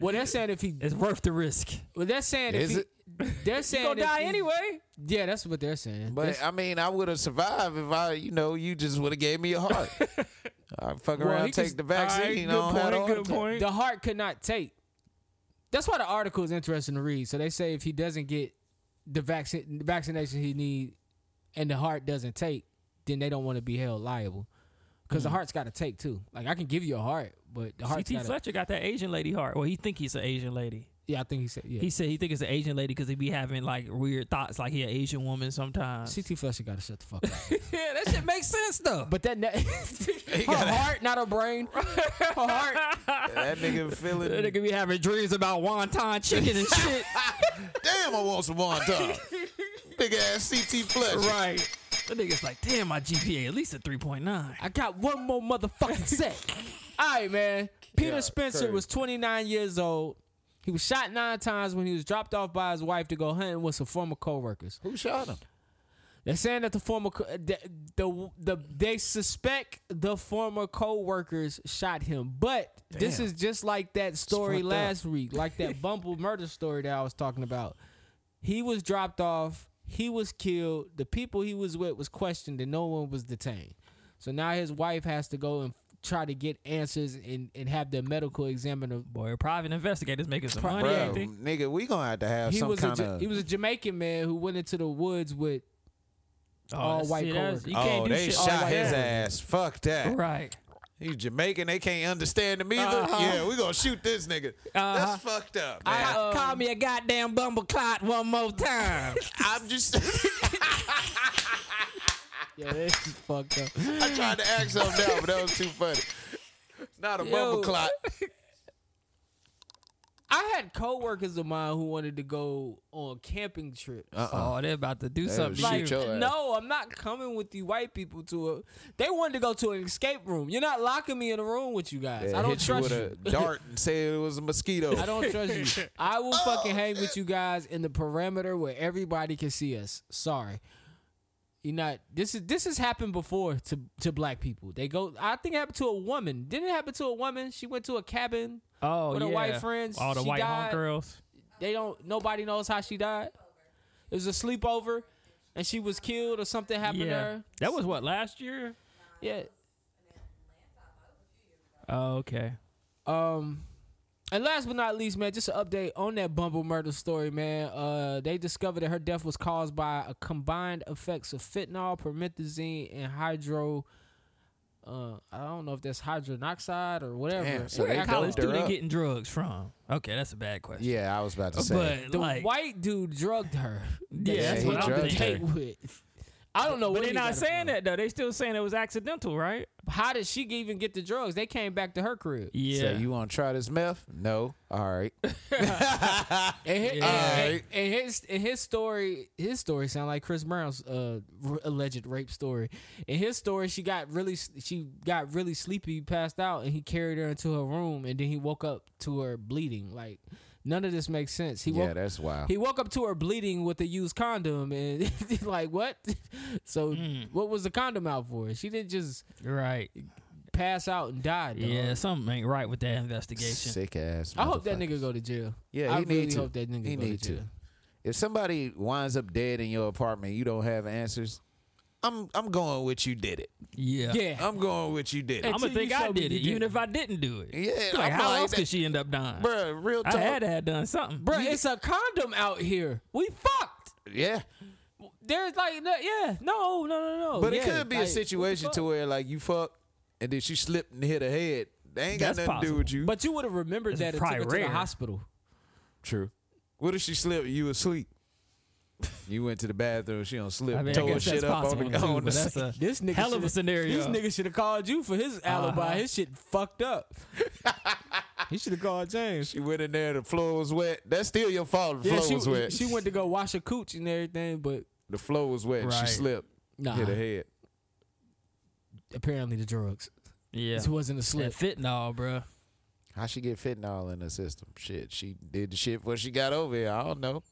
Well, they're saying if he, It's worth the risk. well, they're saying Is if he, they're saying Go if die he- anyway. Yeah, that's what they're saying. But I mean, I would have survived if I, you know, you just would have gave me a heart. <laughs> I fuck Well, around, he take just- the vaccine. I All don't right, have a heart good point. Good attack. point. the heart could not take. That's why the article is interesting to read. So they say if he doesn't get the vaccine the vaccination he need, and the heart doesn't take, then they don't want to be held liable because Hmm. the heart's got to take too. Like I can give you a heart, but the heart CT got to. Fletcher got that Asian lady heart. Well, he think he's an Asian lady. Yeah, I think he said. Yeah, He said he think it's an Asian lady because he be having like weird thoughts, like he an Asian woman sometimes. CT Fletcher got to shut the fuck up. <laughs> yeah, that shit makes sense though. But that ne- <laughs> her heart, not her brain. Her heart. That nigga feeling. <laughs> That nigga be having dreams about wonton chicken and shit. Damn, I want some wonton. Big ass CT flush. <laughs> right. That nigga's like, damn, my GPA at least a three point nine. I got one more <laughs> motherfucking set. All right, man. Peter Spencer was 29 years old. He was shot nine times when he was dropped off by his wife to go hunting with some former coworkers. Who shot him? They're saying that the former co- the, the the they suspect the former co-workers shot him, but this is just like that story fucked up. last week, like that Bumble murder story that I was talking about. He was dropped off, he was killed, the people he was with was questioned, and no one was detained. So now his wife has to go and try to get answers and, and have their medical examiner. Boy, private investigators making some money. Bro, ain't they? nigga, we gonna have to have He some was a, kind Ja- of. he was a Jamaican man who went into the woods with Oh, all see, white that's- coworkers. you can't oh, do they shit all shot white his coworkers. ass. Fuck that. Right. Uh-huh. He's Jamaican. They can't understand him either. Yeah, we gonna shoot this nigga. That's fucked up, man. I, call me a goddamn bumble clot one more time. I'm just. <laughs> Yeah, this is <laughs> fucked up. I tried to act something out, but that was too funny. Not a bubble clot. I had coworkers of mine who wanted to go on camping trips. <laughs> oh, they're about to do something. shoot to you. Like, your ass. no, I'm not coming with you white people to a. They wanted to go to an escape room. You're not locking me in a room with you guys. I don't hit trust you you. <laughs> with a dart and say it was a mosquito. I don't trust you. I will fucking hang with you guys in the perimeter where everybody can see us. Sorry. You're not this is this has happened before to to black people. They go I think it happened to a woman. Didn't it happen to a woman? She went to a cabin. Oh, With yeah. her white friends, All the she white died. home girls. they don't nobody knows how she died. It was a sleepover and she was killed or something happened to Yeah. her. That was what, last year? Yeah. Oh, okay. Um and last but not least, man, just an update on that Bumble murder story, man. Uh, they discovered that her death was caused by a combined effects of fentanyl, promethazine, and hydro. Uh, I don't know if that's hydronoxide or whatever. Damn, so It they acts doped College like- her student up. getting drugs from. Okay, that's a bad <laughs> question. yeah, I was about to say. But the like, white dude drugged <laughs> her. yeah, that's he what I'm drugged thinking. Take her. with. I don't know. But where they're he got not it saying from. that though. They still saying it was accidental, right? How did she even get the drugs? They came back to her crib. Yeah. So you want to try this meth? No. All right. And his, and, Yeah. and- Alright. and his and his story his story sound like Chris Brown's uh, r- alleged rape story. In his story, she got really s- she got really sleepy, passed out, and he carried her into her room, and then he woke up to her bleeding. Like none of this makes sense. He yeah, woke that's wild. he woke up to her bleeding with a used condom, and <laughs> like what? So what was the condom out for? She didn't just right. pass out and die. Dog. Yeah, something ain't right with that investigation. Sick ass. I hope that motherfucker. nigga go to jail. Yeah, I he really need to. hope that nigga He go need to jail. to. If somebody winds up dead in your apartment, you don't have answers. I'm I'm going with you did it. Yeah. Yeah. I'm going with you did it. I'm Until gonna you think I show me did you it, even didn't. if I didn't do it. Yeah, Like, I'm how like else that- could she end up dying? Bruh, real I talk. had to have done something. Bruh, it's a condom out here. We fucked. Yeah. There's like, no- yeah, no, no, no, no. But Oh, Yeah, it could be like, a situation what the to where like you fuck and then she slipped and hit her head. They ain't got That's nothing to do with you. fuck? But you would have remembered It's that and took probably her to rare. the hospital. True. What if she slipped? You asleep. You went to the bathroom. She don't slip. I mean, I tore her guess shit that's up on Oh, the, possible, too, on the but that's a This nigga hell of shoulda- a scenario. This nigga should have called you for his alibi. Uh-huh. His shit fucked <laughs> up. he should have called James. <laughs> She went in there. The floor was wet. That's still your fault. The Yeah, floor she, was wet. she went to go wash her cooch and everything, but the floor was wet. She Right. slipped. nah. Hit her head. Apparently the drugs. yeah. This wasn't a slip. That fentanyl, bruh. How she get fentanyl in her system? Shit, she did the shit before she got over here. I don't know.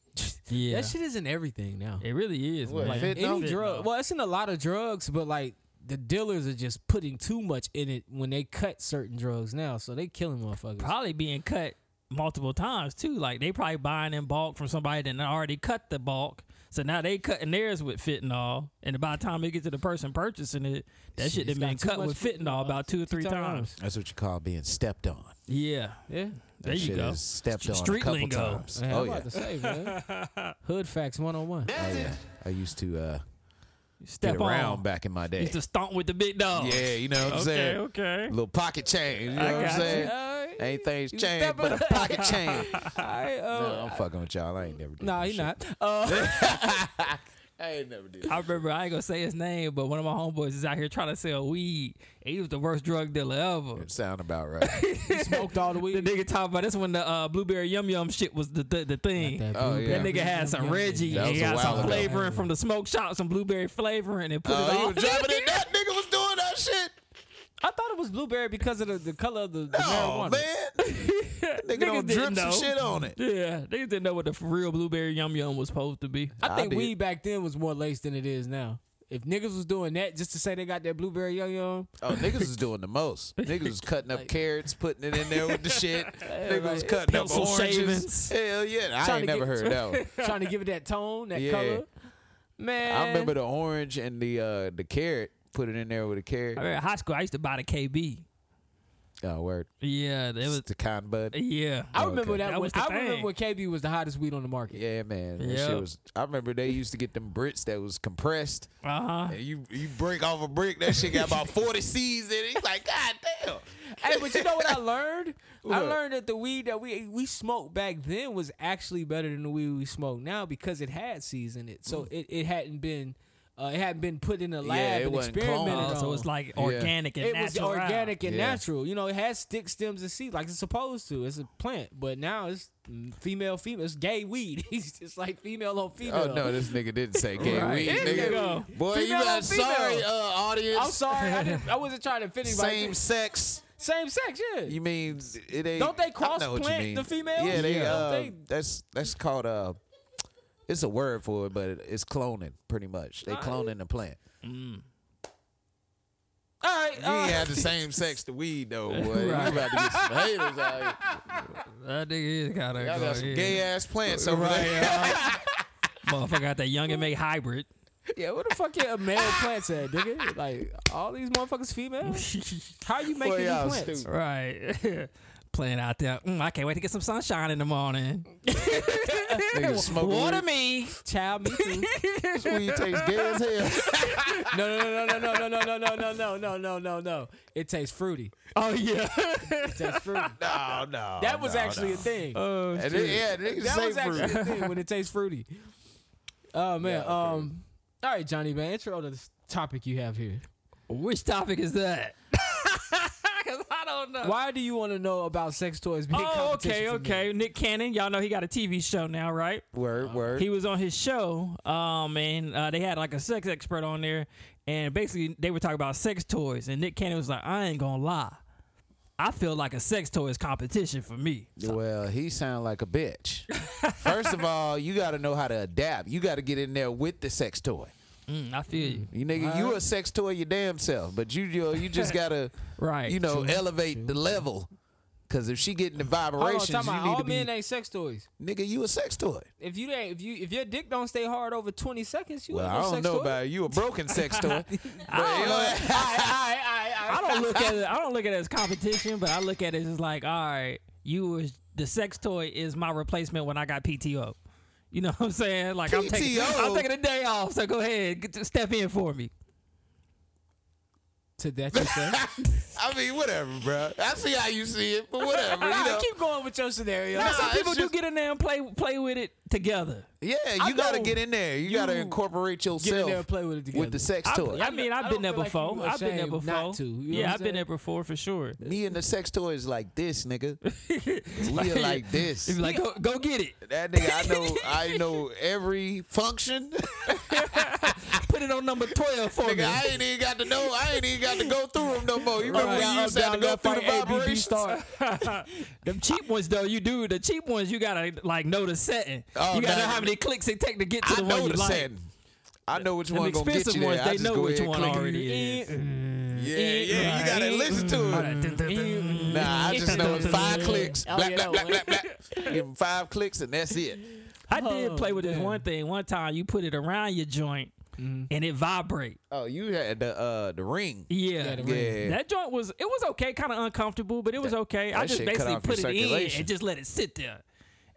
Yeah. That shit is in everything now. it really is, What, man. fentanyl? any Fentanyl. drug. Well, it's in a lot of drugs, but like the dealers are just putting too much in it when they cut certain drugs now, so they killing motherfuckers. probably being cut multiple times too. Like they probably buying in bulk from somebody that done already cut the bulk. So now they cutting theirs with fentanyl, and by the time it get to the person purchasing it, that shit Shit, it's done been got too cut much with fentanyl, fentanyl. about two or three Two times. times. That's what you call being stepped on. Yeah, Yeah, there That you shit go. Is stepped on Street a couple lingo. times. Man, oh I'm yeah. about to say, man. <laughs> Hood facts one on one. Oh yeah. I used to uh, Step get around on. back in my day. Used to stomp with the big dog. Yeah, you know what I'm Okay. saying. Okay. Little pocket change. You know what I'm got you. saying. All right. Ain't things You changed, step but a up. <laughs> pocket change. I, uh, No, I'm fucking with y'all. I ain't never. did nah, that he shit. not. Uh, I ain't never did. that. <laughs> I remember I ain't gonna say his name, but one of my homeboys is out here trying to sell weed. And he was the worst drug dealer ever. Sound about right. <laughs> he smoked all the The weed. nigga talking about this when the uh, blueberry yum yum shit was the the, the thing. That, Oh, yeah. nigga had some Reggie. That and was He a got while some ago. flavoring from the smoke shop, some blueberry flavoring, and put Oh, he was it on. <laughs> driving it. That nigga was doing that shit. I thought it was blueberry because of the, the color of the, the Oh marijuana. man, nigga Niggas don't drip didn't some know. shit <laughs> on it. Yeah, they didn't know what the real blueberry yum yum was supposed to be. I I think did. weed back then was more laced than it is now. If niggas was doing that just to say they got that blueberry yo yo, Oh, niggas was doing the most. Niggas was cutting up carrots, putting it in there with <laughs> the shit. Niggas was like cutting up pencil oranges. shavings. Hell yeah, I Trying ain't to never get- heard that. One. trying to give it that tone, that <laughs> Yeah. color. Man, <laughs> I remember the orange and the uh, the carrot. Put it in there with a carrot. I remember in high school, I used to buy the KB. Oh, word. Yeah, that It was was the con bud. yeah. I remember that. okay. That when, was the I remember thing. when KB was the hottest weed on the market. Yeah, man. That Yeah. shit was. I remember they used to get them Brits that was compressed. Uh huh. <laughs> And you you break off a brick, that shit got about forty C's in it. He's like, God damn. hey, but you know what I <laughs> learned? I What? learned that the weed that we we smoked back then was actually better than the weed we smoke now because it had seeds in it. So it, it hadn't been uh, it hadn't been put in the lab Mm. it and wasn't experimented cloned. Oh, on. so it's like organic and it was natural. organic and Yeah. natural. You know, it has stick stems and seeds like it's supposed to. It's a plant, but now it's mm, female female. It's gay weed. <laughs> it's just like female on female. Oh no, this nigga <laughs> didn't say gay Right. weed, There you nigga. go. Boy, Female you got on female. sorry, uh, audience. I'm sorry, I didn't. I wasn't trying to fit anybody. Same sex. same sex, yeah. You mean it ain't? Don't they I know what you cross-plant mean. the females? Yeah, they. Yeah. Uh, They- That's that's called uh, it's a word for it, but it, it's cloning pretty much. They cloning the plant. All right, You uh, ain't <laughs> had the same sex to weed though, boy. You about to get some haters out here. That nigga is kind of. Y'all got some gay ass plants over there. Motherfucker got that young and made hybrid. <laughs> yeah. What the fuck? Yeah, a male plants at, nigga. Like all these motherfuckers female. How you making Boy, these y'all plants? stupid. Right. <laughs> Playing out there. Mm, I can't wait to get some sunshine in the morning. Nigga smoking Water weed. me. Child, me too. Weed tastes gay as hell. No, no, no, no, no, no, no, no, no, no, no, no, no, no. It tastes fruity. Oh yeah. <laughs> It tastes fruity. <laughs> No, no. That was no, actually no. Uh, a thing. oh And shit. it- yeah, niggas that was say actually fruit. a thing when it tastes fruity. Oh man. um. All right, Johnny man. Intro to this topic you have here. Which topic is that? <laughs> Cause I don't Uh, know. Why do you want to know about sex toys? Being Oh, competition okay, for men? okay. Nick Cannon, y'all know he got a TV show now, right? Word, word. He was on his show, um, and uh, they had like a sex expert on there, and basically they were talking about sex toys, and Nick Cannon was like, "I ain't gonna lie, I feel like a sex toy is competition for me." Well, he sound like a bitch. First of all, you got to know how to adapt. You got to get in there with the sex toy. Mm, I feel you. You nigga, you a sex toy your damn self, but you you, you just gotta Right. you know elevate the level. Cause if she getting the Hold on, vibrations, talking you about need all to be men ain't sex toys. nigga. You a sex toy. If you ain't, if you, if your dick don't stay hard over twenty seconds, you Well, ain't I no don't sex know toy. about you. A broken sex toy. I don't look at it. I don't look at it as competition, but I look at it as like, all right, you was the sex toy is my replacement when I got PTO. You know what I'm saying? Like I'm taking, PTO? I'm taking a day off, so go ahead, get, step in for me. To that you <laughs> say. I mean, whatever, bro. I see how you see it, but whatever. <laughs> You Nah, know. keep going with your scenario. Nah, Some it's people just- do get in there and play play with it together. Yeah, you gotta know get in there. You, gotta you incorporate yourself Get in there and play with it together. with the sex I, toy. I mean, I I've don't been there feel like before. you I've been there ashamed before. not to, you know what yeah, I'm I've been saying? there before for sure. Me and the sex toy is like this, nigga. we are like It's this. like, go, go get it. That nigga, I know, I know every function. <laughs> Put it on number twelve for me. nigga, I ain't even got to know. I ain't even got to go through them no more. You remember Right. when you Down, used to have to down, go left, through the right, A, B, B vibrations? start. Them cheap ones though, you do the cheap ones. You gotta like know the setting. Oh, you gotta nah. know how many clicks it take to get to I the know one you the like. setting. I know which Them one gonna get expensive you there. ones, I they just know go which ahead one and click. already is. Yeah, yeah, you gotta Right. listen to it. Mm. Nah, I just know it's five clicks. Oh, Black, yeah, black, that black, black, black. Give him five clicks and that's it. I did play with this man. one thing. One time, you put it around your joint and it vibrate. Oh, you had the uh the ring. Yeah, the ring. Yeah. that joint was it was okay, kind of uncomfortable, but it was okay. I that just shit cut off basically your put it in circulation. and just let it sit there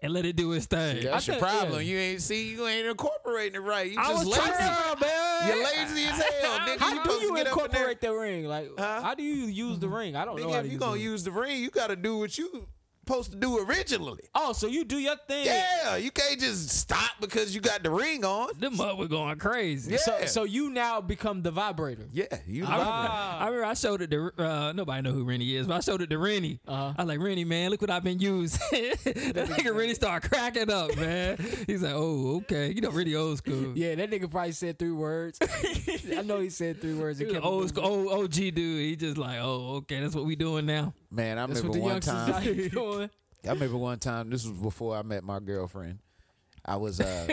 and let it do its thing. That's I think- your problem. yeah. You ain't see. You ain't incorporating it right. You I just was lazy. trying, man. You're lazy as hell, nigga. How you do you supposed to get up in there. incorporate the ring? Like, how do you use the ring? I don't know. How Nigga, to if you use gonna the ring. use the ring, you gotta do what you supposed to do originally. Oh, so you do your thing. Yeah, you can't just stop because you got the ring on. Them up were going crazy. Yeah. So, so you now become the vibrator. Yeah, you. I lying. remember, I remember I showed it to uh, nobody know who Rennie is, but I showed it to Rennie. I was like, Rennie, man, look what I've been using. <laughs> that nigga Rennie started cracking up, man. He's like, oh, okay, you know, Rennie old school. Yeah, that nigga probably said three <laughs> words. I know he said three words. and He oh, was kept an old moving. school, old OG dude. He just like, oh, okay, that's what we <laughs> doing now. <laughs> Man, I That's remember what the youngsters one time. out here doing. I remember one time. This was before I met my girlfriend. I was uh,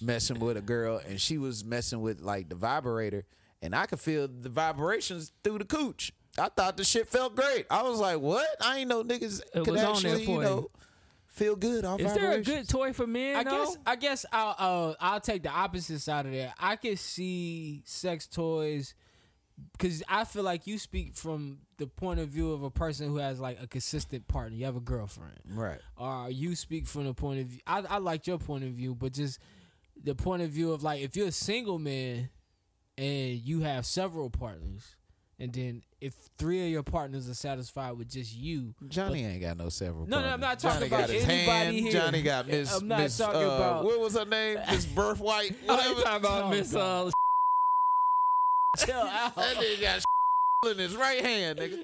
messing with a girl, and she was messing with like the vibrator, and I could feel the vibrations through the cooch. I thought the shit felt great. I was like, "What? I ain't know niggas It could was on there actually, you for know, you. feel good off Is there a vibrations." good toy for men? I though? guess <laughs> I guess I'll uh, I'll take the opposite side of that. I could see sex toys because I feel like you speak from the point of view of a person who has like a consistent partner. You have a girlfriend, right? or you speak from the point of view. I, I liked your point of view, but just the point of view of like if you're a single man and you have several partners, and then if three of your partners are satisfied with just <laughs> you, Johnny ain't got no several. No, no, partners. I'm not talking Johnny about got his anybody hand. here. Johnny got Miss. I'm not Miss, talking uh, about- what was her name? Miss Birthwhite. Oh, you Whatever. talking about Oh, Miss uh, chill out. that nigga got <laughs> in his right hand, nigga.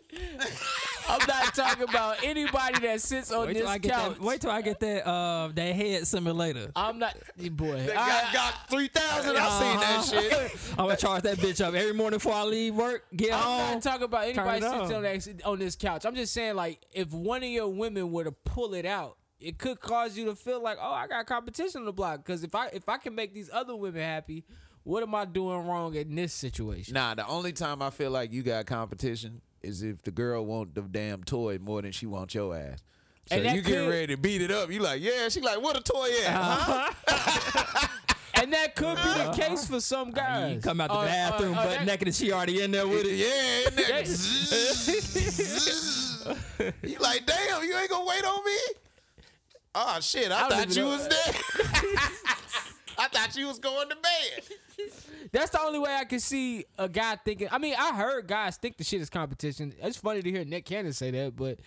I'm not talking about anybody that sits on wait this till I get couch. that wait till I get that uh that head simulator. I'm not boy. They I, got, got 3,000. I seen that shit. I'm gonna charge that bitch up every morning before I leave work, get I'm home. not talking about anybody Turn it sitting on. on, that, on this couch. I'm just saying, like, if one of your women were to pull it out, it could cause you to feel like, oh, I got competition on the block. Because if I if I can make these other women happy, what am I doing wrong in this situation? <laughs> Nah, the only time I feel like you got competition is if the girl want the damn toy more than she wants your ass. So And that you get could- ready to beat it up. You like, yeah. She like, what a toy at? huh? And that could be the case for some guys. You come out the Or- or- bathroom or butt that- naked and she already in there with it. Yeah. And that, <laughs> That- zzz, zzz. you like, damn. You ain't gonna wait on me. Oh shit! I, I don't thought even you know- was there. <laughs> I thought you was going to bed. That's the only way I can see a guy thinking. I mean, I heard guys think the shit is competition. It's funny to hear Nick Cannon say that, but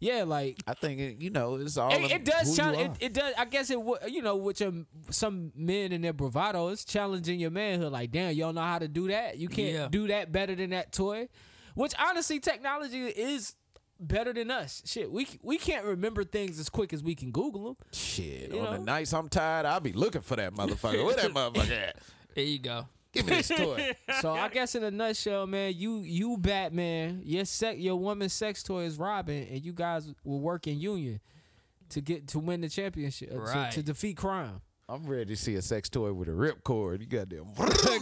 yeah, like I think it, you know it's all. it, it does. Who Challenge, it, it does. I guess it. would. You know, with your some men and their bravado, it's challenging your manhood. Like, damn, y'all know how to do that. You can't Yeah. do that better than that toy. Which honestly, technology is better than us. Shit, we c- we can't remember things as quick as we can Google them. Shit, You on the know? nights I'm tired, I'll be looking for that motherfucker. Where that motherfucker at? There you go. Give me <laughs> this toy. So I guess in a nutshell, man, you you Batman, your sex, your woman's sex toy is Robin, and you guys will work in union to get to win the championship, uh, to- Right. to, defeat crime. I'm ready to see a sex toy with a rip cord. You got them. <laughs>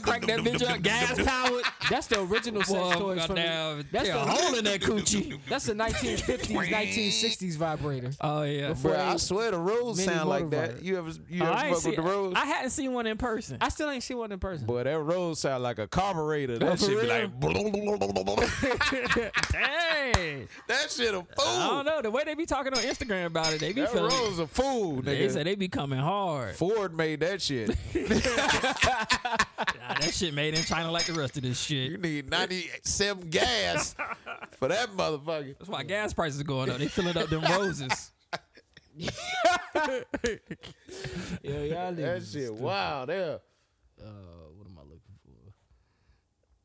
Crank that bitch up, gas powered. That's the <laughs> original sex Well, uh, toys from the, goddamn, that's tear a the hole in that <laughs> coochie. that's the 1950s, 1960s vibrator. Oh yeah. Before- Bro, I swear the rose Mini sound like motivator. that. You ever you Oh, ever I, ain't fuck see, with the rose? I hadn't seen one in person. I still ain't seen one in person. Boy, that rose sound like a carburetor. That Oh, for shit be real? like. Dang. <laughs> that shit a fool. I don't know. The way they be talking on Instagram about it, they be That feeling. rose a fool, They nigga. say they be coming hard. Ford made that <laughs> shit. Nah, that shit made in China like the rest of this You shit. need 97 <laughs> gas for that motherfucker. That's why gas prices are going up. They filling up them roses. Yeah, y'all That niggas. shit wild. There. Uh, what am I looking for?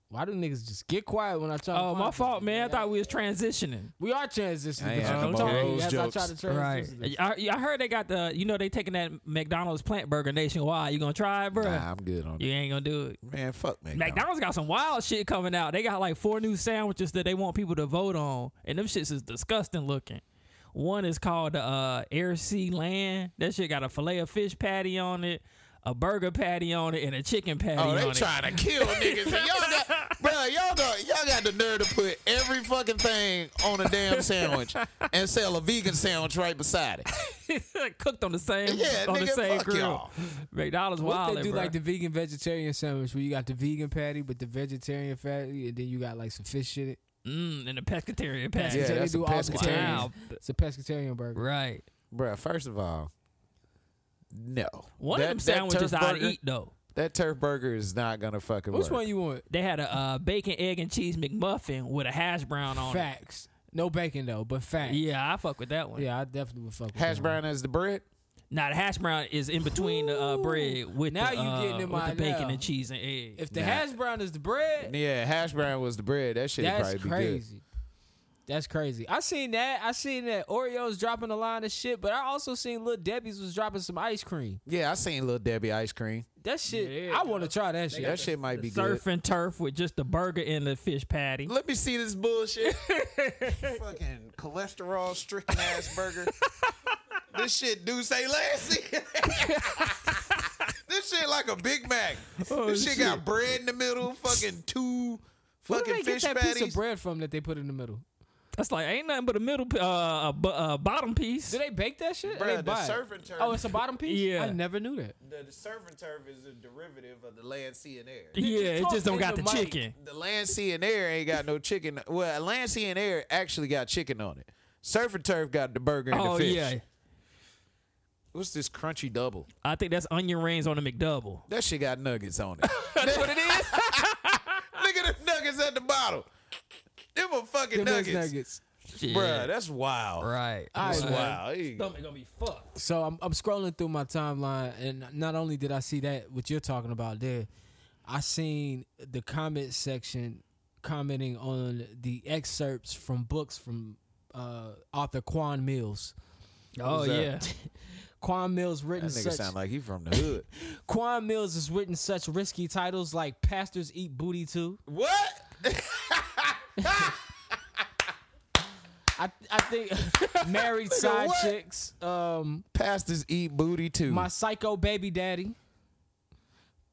Why do niggas just get quiet when I try? to Oh, find my something? fault, man. I thought we was transitioning. We are transitioning. I ain't but had you no keep more talking Rose as I jokes. try to transition. Right. I, I heard they got the, you know, they taking that McDonald's plant burger nationwide. You gonna try it, bro? Nah, I'm good on You that. ain't gonna do it. Man, fuck man. McDonald's got some wild shit coming out. They got like four new sandwiches that they want people to vote on, and them shits is disgusting looking. One is called uh, Air Sea Land. That shit got a fillet of fish patty on it, a burger patty on it, and a chicken patty Oh, they on it. trying to kill niggas. And y'all got, bro, y'all got, y'all got the nerve to put every fucking thing on a damn sandwich and sell a vegan sandwich right beside it. <laughs> Cooked on the same Yeah, on nigga, the same fuck grill. y'all. McDonald's What wild. if they do like the vegan vegetarian sandwich where you got the vegan patty but the vegetarian patty and then you got like some fish in it? mm, and the pescatarian patty. Yeah, Yeah, they that's do a all the pescatarian. vegetarian. Wow. It's a pescatarian burger. Right. Bro, first of all, no. One That- of them that sandwiches turf I'd burger- eat though. That turf burger is not gonna fucking Which work. one you want? They had a uh, bacon, egg, and cheese McMuffin with a hash brown on Facts. No bacon though, but it. facts. Yeah, I fuck with that one. Yeah, I definitely would fuck with Hash that brown as the bread. Now the hash brown is in between the uh, bread with Now the, you uh, getting in with my the bacon now. and cheese and egg. one. If the Nah. hash brown is the bread, Yeah, hash brown was the bread. That shit that's probably be good. crazy. That's crazy. I seen that. I seen that Oreos dropping a line of shit, but I also seen Lil Debbie's was dropping some ice cream. Yeah, I seen Little Debbie ice cream. That shit, Yeah, I want to try that shit. That shit might be good. Surf and turf with just the burger and the fish patty. Let me see this <laughs> bullshit. Fucking cholesterol stricken ass burger. this shit do say Lassie. <laughs> this shit like a Big Mac. Oh, this shit, got bread in the middle, fucking two Where do fucking they get fish that piece of patties. bread from that they put in the middle? That's like ain't nothing but a middle, p- uh, a, bu- a bottom piece. Do they bake that shit? or Bruh, they the buy it? surf and turf. Oh, it's a bottom piece. Yeah. I never knew that. The, the surf and turf is a derivative of the land, sea, and air. yeah, just it talk just don't in got the the mic. chicken. The land, sea, and air ain't got no chicken. Well, land, sea, and air actually got chicken on it. Surf and turf got the burger and Oh the fish. yeah, What's this crunchy double? I think that's onion rings on a McDouble. That shit got nuggets on <laughs> it. That's what it is. <laughs> Look at the nuggets at the bottom. Them are fucking Them is nuggets. nuggets. Shit. Bruh, that's wild. right. That's All right, man. wild. There you go. Stomach gonna be fucked. So I'm, I'm scrolling through my timeline, and not only did I see that what you're talking about there, I seen the comment section commenting on the excerpts from books from uh, author Quan Mills. Oh that? yeah. <laughs> Quan Mills written That nigga such sound like he from <laughs> the hood. Quan Mills has written such risky titles like "Pastors Eat Booty Too." what? I I <laughs> think married side what? chicks. Um, Pastors eat booty too. my psycho baby daddy.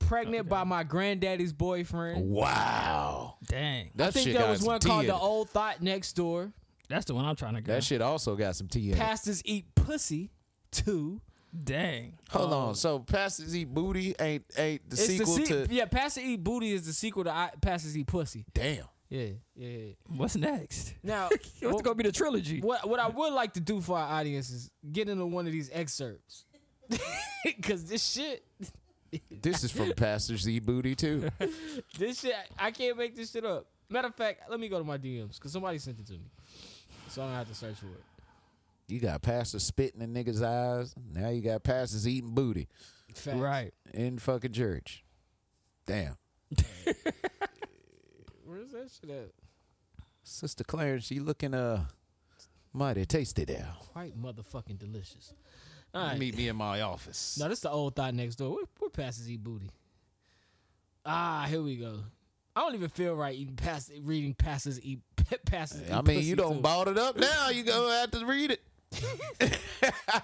Pregnant by my granddaddy's boyfriend. wow. Dang. That I think shit there got was some one tea called in the it. old thought next door. That's the one I'm trying to That get. shit also got some tea in it. Pastors eat pussy too. Dang. Hold on. So pastors eat booty ain't ain't the It's sequel the se- to yeah. Pastor eat booty is the sequel to I- Pastors eat pussy. Damn. Yeah, yeah. yeah. What's next? Now, What's what, gonna be the trilogy? what what I would like to do for our audience is get into one of these excerpts <laughs> because this shit, This is <laughs> from Pastors Eat Booty too. this shit, I can't make this shit up. Matter of fact, let me go to my DMs because somebody sent it to me, so I don't have to search for it. You got pastors spitting in niggas' eyes. Now you got pastors eating booty. Facts. in fucking church. Damn. Where's that shit at? Sister Clarence, you looking uh mighty tasty there. Quite motherfucking delicious. All right. Meet me in my office. No, this the old thought next door. We're, we're past his eat booty. Ah, here we go. I don't even feel right eating past reading E, passes <laughs> eat passes. I mean, you don't bought it up now. You gonna have to read it.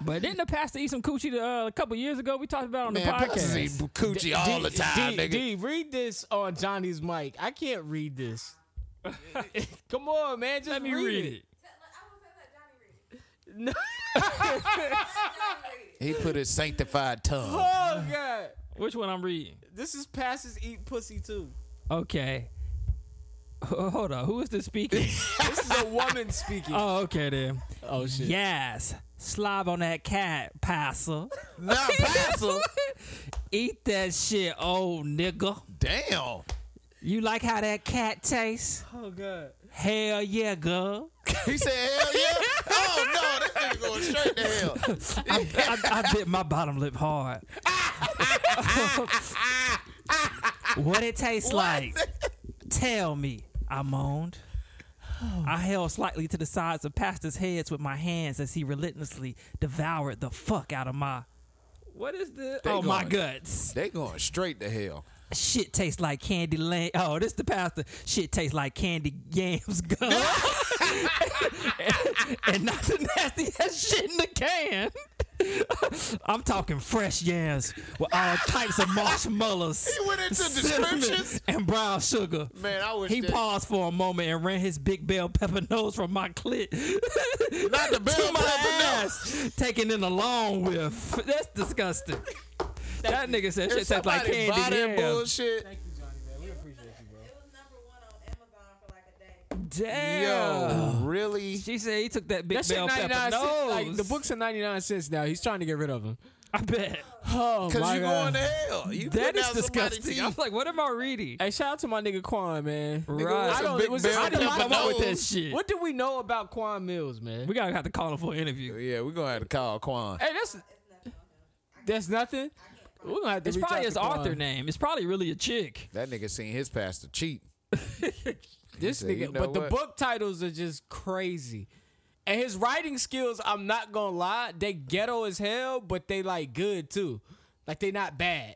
But didn't the pastor eat some coochie uh, a couple years ago? We talked about it on Man, the pastors eat podcast. coochie all the time, D, nigga. D, read this on Johnny's mic. I can't read <laughs> this. Come on, man, just Let me read it. No. He put his sanctified tongue. <laughs> Oh god, Which one I'm reading? this is passes eat pussy too. Okay. Ho- Hold on. Who is <laughs> this speaking? This is <laughs> a woman speaking. oh, okay then. oh shit. Yes. Slob on that cat, passer. Not pastor. <laughs> Eat that shit, old nigga. Damn. You like how that cat tastes? Oh god. Hell yeah, girl. He said, hell yeah. oh no, this nigga going straight to hell. I, I, I bit my bottom lip hard. <laughs> what it tastes like? Tell me. I moaned. I held slightly to the sides of Pastor's heads with my hands as he relentlessly devoured the fuck out of my. What is this? They oh, my going- guts. They going straight to hell. Shit tastes like candy land. Oh, this the pastor. Shit tastes like candy yams <laughs> gum. and, not the nasty ass shit in the can. I'm talking fresh yams with all types of marshmallows. He went into cinnamon, descriptions. And brown sugar. Man, I wish He that- paused for a moment and ran his big bell pepper nose from my clit <laughs> Not the bell to my pepper, no. ass, taking in a long whiff. That's disgusting. That nigga said If shit tastes like somebody candy buy that yams. bullshit. Damn. Yo, really? She said he took that big That shit bell 99 pepper cents. nose. Like the books are 99 cents now. He's trying to get rid of them. I bet. Oh Cause my you god. going to hell. You <laughs> That putting is out somebody's disgusting. I was teeth. like, what am I reading? Hey, shout out to my nigga Quan, man. Right. I Some don't. big It was, bell I didn't pepper come up with nose. this shit. What do we know about Quan Mills, man? We gotta have to call him for an <laughs> interview. Yeah, we're gonna have to call Quan. hey, that's that's nothing. We're gonna have to It's reach out probably his to Quan. author name. It's probably really a <laughs> chick. That nigga seen his pastor cheat. This said, nigga, "You know but the what?" book titles are just crazy. And his writing skills, I'm not gonna lie, they ghetto as hell, but they like good too. Like they not bad.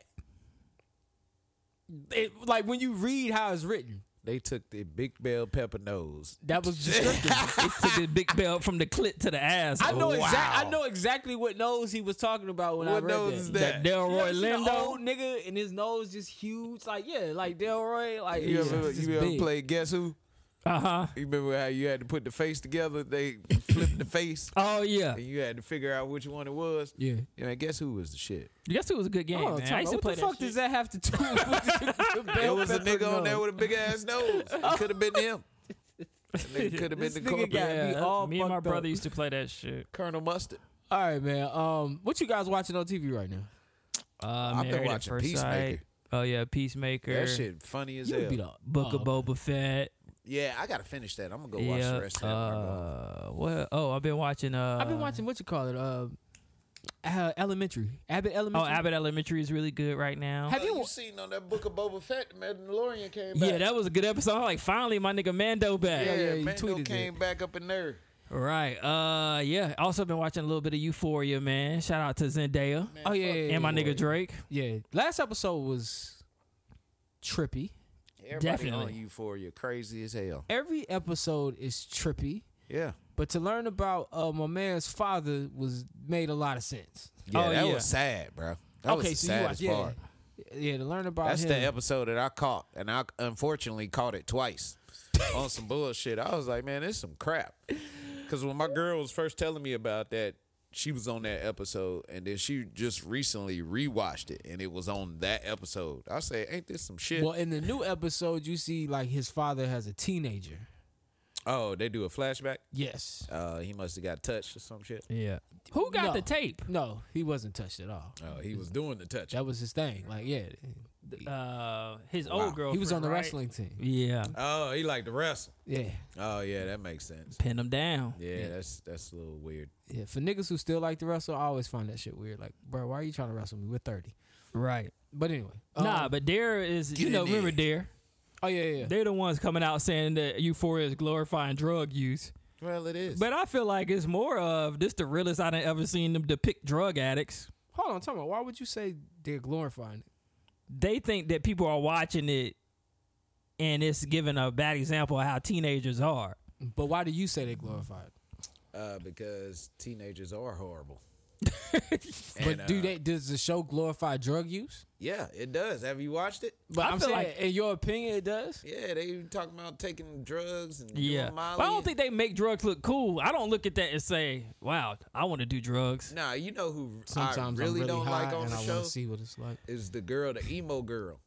It, like when you read how it's written, They took the big bell pepper nose. that was descriptive. It took the big bell from the clit to the ass. I know Wow. exact. I know exactly what nose he was talking about when I What read nose that. is That that? You ever Delroy seen an Lindo. old nigga, and his nose just huge. Like yeah, like Delroy. Like You it's ever, just you ever big. played Guess Who? Uh huh. You remember how you had to put the face together? They flipped the face, Oh yeah. and you had to figure out which one it was. Yeah. You know, guess who was the shit? Guess it was a good game, Oh, man. Tom, I used to what play the fuck that. does shit. that have to do <laughs> with the There bell was a pepper nigga on there nose? with a big ass nose. It could have been him. That nigga could have been This the nigga corporate. got- Yeah, be that- all me and my fucked up. brother used to play that shit. Colonel Mustard. All right, man. Um, what you guys watching on TV right now? Uh, I've been Married at watching First Sight. Peacemaker. Oh yeah, Peacemaker. That shit funny as You would hell. be the Book oh, of Boba Fett. Yeah, I gotta finish that. I'm gonna go watch yeah. the rest of that. when I go home. Uh, what? Oh, I've been watching. Uh, I've been watching what you call it. Uh, uh Elementary. Abbott Oh, Elementary. Abbott Elementary is really good right now. Have Uh, you? you seen on that book of Boba Fett, the Mandalorian came back. Yeah, that was a good episode. I'm like, finally, my nigga Mando back. yeah, yeah, you Mando tweeted came back up in there. Right. Uh, yeah. Also been watching a little bit of Euphoria, man. Shout out to Zendaya oh yeah, yeah, yeah, and my yeah. nigga Drake. Yeah, last episode was trippy. Everybody Definitely. on Euphoria, crazy as hell. Every episode is trippy, Yeah. but to learn about uh, my man's father was made a lot of sense. Yeah, Oh, that yeah. was sad, bro. That was the saddest yeah, part. yeah, to learn Oh, about That's him. the episode that I caught, and I unfortunately caught it twice <laughs> on some bullshit. I was like, man, this some crap. Because when my girl was first telling me about that, she was on that episode, and then she just recently rewatched it, and it was on that episode. I said, ain't this some shit? Well, in the new episode, you see like his father has a teenager. Oh, they do a flashback. Yes. Uh, he must have got touched or some shit. Yeah. Who got No. the tape? No, he wasn't touched at all. Oh, he was doing the touch. That was his thing. Like, yeah, Uh, his old girl. he was on the wrestling team. Yeah. Oh, he liked to wrestle. Yeah, Oh yeah, that makes sense. Pin him down. Yeah, that's that's a little weird. yeah. For niggas who still like to wrestle, I always find that shit weird. Like, bro, why are you trying to wrestle me? We're thirty. Right. But anyway, nah, um, but Dare is you in know there. remember Dare? oh yeah, yeah, yeah. They're the ones coming out saying that Euphoria is glorifying drug use. Well, it is. But I feel like it's more of this the realest I done ever seen them depict drug addicts. Hold on, tell me, why would you say they're glorifying it? They think that people are watching it and it's giving a bad example of how teenagers are. But why do you say they glorify it? uh, because teenagers are horrible. <laughs> But And, do uh, they? Does the show glorify drug use? Yeah, it does. Have you watched it? But I I'm feel saying, like- in your opinion, it does. Yeah, they talking about taking drugs and Yeah. doing Molly. But I don't think they make drugs look cool. I don't look at that and say, wow, I want to do drugs. Nah, you know who Sometimes I I'm really, really don't high like on and the I show want to see what it's like. is the girl, the emo girl.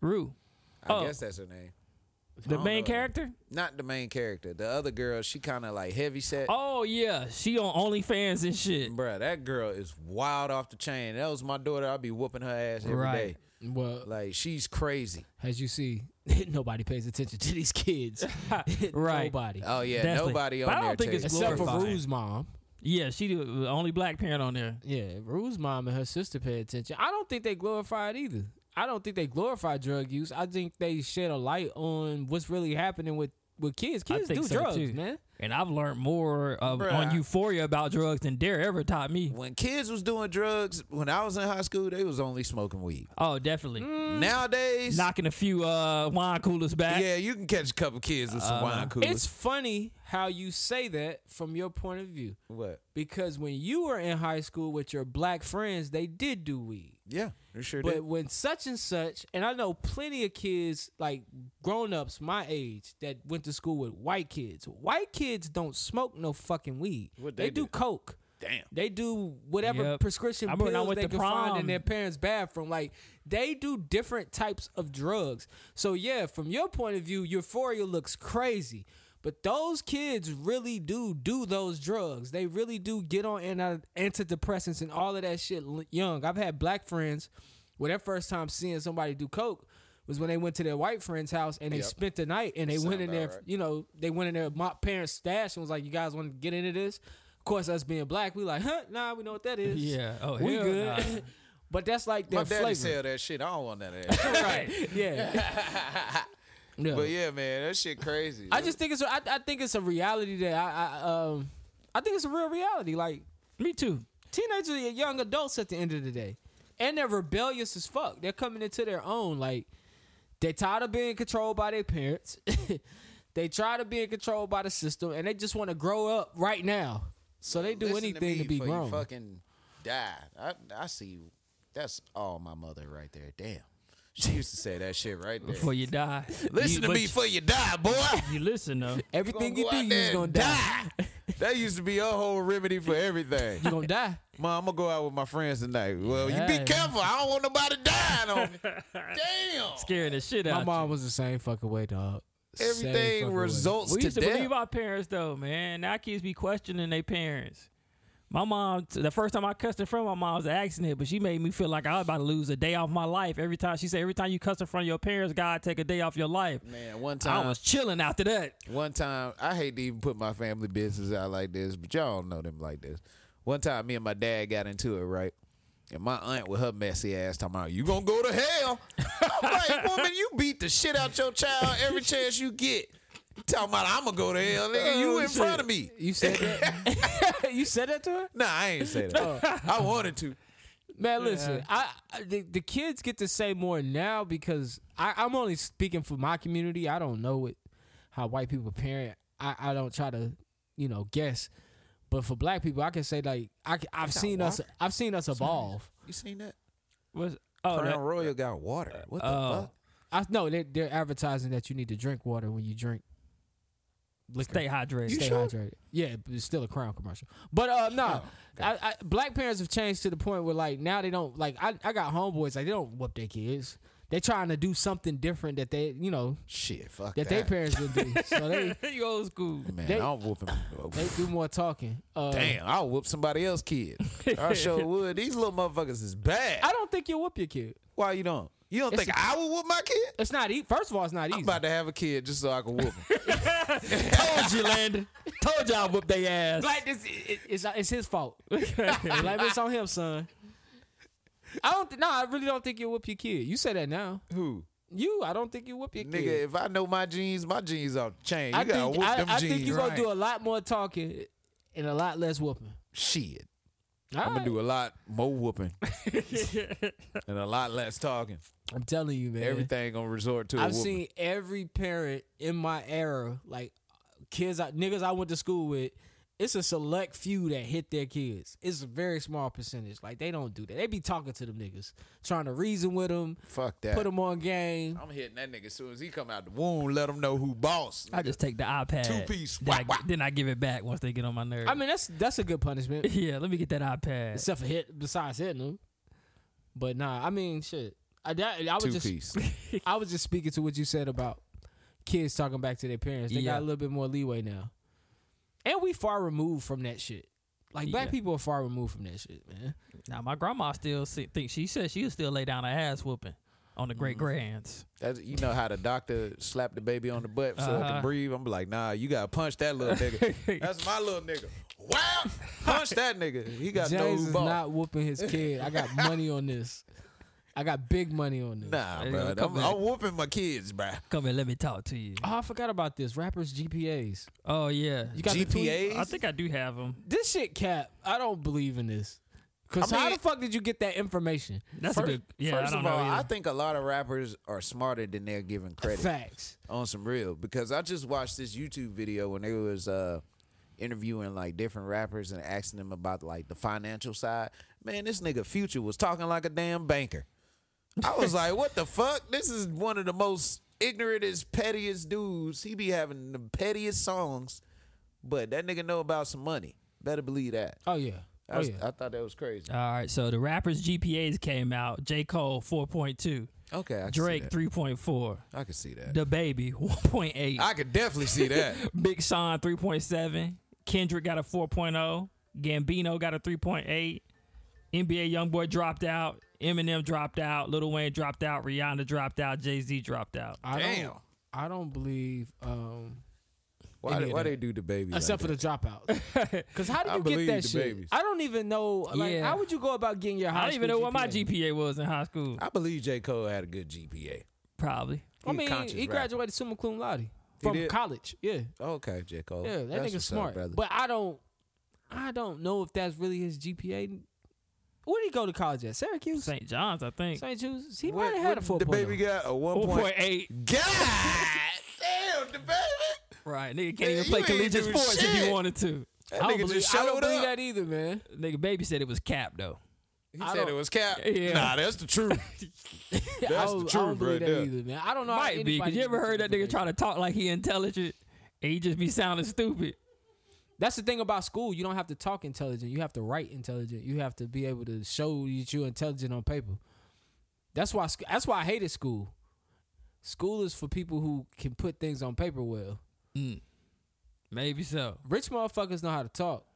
Rue, I Oh. guess that's her name. the don't main know. character? Not the main character. The other girl, she kind of like heavy set. Oh, yeah. She on OnlyFans and shit. Bruh, that girl is wild off the chain. That was my daughter. I'd be whooping her ass every day. Right. Well, Like she's crazy. as you see, <laughs> nobody pays attention to these <laughs> kids. <laughs> Right. Nobody. Oh yeah, Definitely. nobody But on I don't there. think takes- it's Except for glorifying. Rue's mom. Yeah, she the the only black parent on there. Yeah, Rue's mom and her sister pay attention. I don't think they glorify it either. I don't think they glorify drug use. I think they shed a light on what's really happening with, with kids. I Kids think do so, drugs, too. man. And I've learned more of, Bruh. on Euphoria about drugs than Dare ever taught me. when kids was doing drugs when I was in high school, they was only smoking weed. Oh, definitely. Mm. Nowadays, Knocking a few uh, wine coolers back. yeah, you can catch a couple kids with some Uh-huh. wine coolers. It's funny how you say that from your point of view. what? Because when you were in high school with your black friends, they did do weed. Yeah, it sure But did. when such and such, and I know plenty of kids, like grown ups my age, that went to school with white kids. White kids don't smoke no fucking weed. What they, they do, do? coke. Damn. They do whatever Yep. prescription I pills remember when I went they to can find in prom. their parents' bathroom. Like they do different types of drugs. So yeah, from your point of view, euphoria looks crazy. But those kids really do do those drugs. They really do get on anti- antidepressants and all of that shit l- young. I've had black friends where their first time seeing somebody do coke was when they went to their white friend's house and they spent the night and they went in there, you know, they went in their my parents' stash and was like, "You guys want to get into this?" Of course, us being black, we like, huh? Nah, we know what that is. <laughs> Yeah. Oh, we hell good. nah. <laughs> but that's like My their daddy flavor. <laughs> sell that shit. I don't want none of that. <laughs> right? Yeah. yeah. But yeah, man, that shit crazy. I just think it's a, I, I think it's a reality that I, I um I think it's a real reality. Like Me too. teenagers are young adults at the end of the day, and they're rebellious as fuck. They're coming into their own. Like they tired of being controlled by their parents. <laughs> they tired of being controlled by the system, and they just want to grow up right now. So they do Listen anything to, me be before grown. You fucking die. I, I see you. That's all my mother right there. Damn. <laughs> She used to say that shit right there. Before you die. You- <laughs> listen to but me you- before you die, <laughs> boy. You listen <laughs> though. Everything You you do, gonna go out you there just gonna and die. that used to be her whole remedy for everything. you gonna <laughs> die. Mom, I'm gonna go out with my friends tonight. Well, you Yeah. be careful. I don't want nobody dying on me. Damn. Scaring the shit out. My you. mom was the same fucking way, dog. Same Everything fucking way. results We to used to death. believe our parents though, man. Now kids be questioning their parents. My mom, the first time I cussed in front of my mom was an accident, but she made me feel like I was about to lose a day off my life. Every time she said, every time you cuss in front of your parents, God take a day off your life. Man, one I time, was chilling after that. one time, I hate to even put my family business out like this, but y'all don't know them like this. One time, me and my dad got into it, right? And my aunt with her messy ass talking about, you gonna go to hell. I'm <laughs> like, woman, you beat the shit out your child every chance you get. You Talking about, I'm gonna go to hell, nigga. You Oh, in shit. front of me. You said that. <laughs> you said that to her. Nah, I ain't say that. <laughs> I wanted to. Man, listen. I, I the, the kids get to say more now because I, I'm only speaking for my community. I don't know what how white people parent. I, I don't try to you know guess, but for black people, I can say like I, have seen us I've seen us evolve. You seen that? Was oh Crown that, Royal got water. What the Oh. fuck? I know they're, they're advertising that you need to drink water when you drink liquor. stay hydrated. stay hydrated. Yeah, but it's still a crown commercial. But uh no. Oh, I, I, black parents have changed to the point where like now they don't like I, I got homeboys like they don't whoop their kids. They trying to do something different that they you know Shit, fuck that that. their parents would <laughs> do. So they <laughs> you old school. Man, they- I'll whoop him. they do more talking. Uh, Damn, I'll whoop somebody else's kid. <laughs> I sure would. These little motherfuckers is bad. I don't think you whoop your kid. Why you don't? You don't It's think I would whoop my kid? It's not easy. First of all, it's not I'm easy. about to have a kid just so I can whoop <laughs> him. Told <laughs> you, Landon. Told y'all whoop they ass. Like this, it, it- it's it's his fault. <laughs> like it's on him, son. I don't. Th- no, I really don't think you whoop your kid. You say that now. Who? You, I don't think you whoop your kid. Nigga, if I know my jeans, my jeans off the chain. You I gotta think whoop I, them I jeans. think you're gonna right? do a lot more talking and a lot less whooping. Shit. I'm All gonna right. do a lot more <laughs> whooping and a lot less talking. I'm telling you, man. Everything gonna resort to. a I've whooping. seen every parent in my era, like kids, I, niggas I went to school with. It's a select few that hit their kids. It's a very small percentage. Like they don't do that. They be talking to them niggas, trying to reason with them, Fuck that. put them on game. I'm hitting that nigga as soon as he come out the womb. Let him know who boss. I just take the iPad. Two-piece. Then, I, Wah, wah. then I give it back once they get on my nerves. I mean, that's that's a good punishment. yeah, let me get that iPad. except for hit besides hitting them. But nah, I mean shit. I that, I was Two just piece. I was just speaking to what you said about kids talking back to their parents. They Yeah. got a little bit more leeway now, and we far removed from that shit. Like black Yeah. people are far removed from that shit, man. Now my grandma still see, think she said she would still lay down her ass whooping on the great grands. That's, you know how the doctor slapped the baby on the butt so it Uh-huh. can breathe. I'm like, nah, you gotta punch that little <laughs> nigga. That's my little nigga. Wow, punch that nigga. He got no James who is boss. not whooping his kid. I <laughs> got money on this. I got big money on this. nah, Hey, bro. come I'm, back. I'm whooping my kids, bro. Come and let me talk to you. Oh, I forgot about this. Rappers GPAs. Oh yeah, You got the tweet? GPAs? I think I do have them. This shit cap. I don't believe in this. Cause I how mean- the fuck did you get that information? That's First, a good. Yeah, first I don't of all, know. I either. think a lot of rappers are smarter than they're giving credit. Facts. on some real because I just watched this YouTube video when they was uh interviewing like different rappers and asking them about like the financial side. Man, this nigga Future was talking like a damn banker. I was like, what the fuck? This is one of the most ignorantest, pettiest dudes. He be having the pettiest songs, but that nigga know about some money. Better believe that. Oh yeah. I, was- yeah. I thought that was crazy. All right, so the rappers GPAs came out. J. Cole 4.2, Okay, I can see Drake that. 3.4, I could see that. The Baby 1.8, I could definitely <laughs> see that. Big Sean 3.7, Kendrick got a 4.0, Gambino got a 3.8, NBA YoungBoy dropped out, Eminem dropped out, Lil Wayne dropped out, Rihanna dropped out, Jay Z dropped out. I Damn. Don't, I don't believe. Um, Why, Any they- of why that. they do the baby? except for like the dropout. <laughs> Because how do I you believe get that the shit? babies. I don't even know. Like, Yeah. how would you go about getting your high I don't even know school what my GPA? GPA was in high school. that. I believe J Cole had a good GPA. Probably. I He a mean, conscious he rapper. graduated summa cum laude from did? college. Yeah, Okay, J Cole. yeah, that That's nigga's what's up, smart. brother. but I don't, I don't know if that's really his GPA. Where did he go to college at? Syracuse, St. John's, I think. St. Jude's. He What- might have had a what four the baby got a one point. 4.8. God damn, the baby. Right, nigga can't even you play ain't collegiate doing sports if shit. you wanted to. That I don't nigga believe, just I don't showed believe up. that either, man. Nigga, baby said it was cap though. He I said it don't- <laughs> was cap. Yeah. Nah, that's the truth. I That's the don't, I truth don't believe that right there. either, man. I don't know. how Might be. Cause Uh, anybody you ever gets heard that nigga information. try to talk like he intelligent and he just be sounding stupid? That's the thing about school. You don't have to talk intelligent. You have to write intelligent. You have to be able to show that you're intelligent on paper. That's why. sc- That's why I hated school. School is for people who can put things on paper well. Maybe so. Rich motherfuckers know how to talk. <laughs>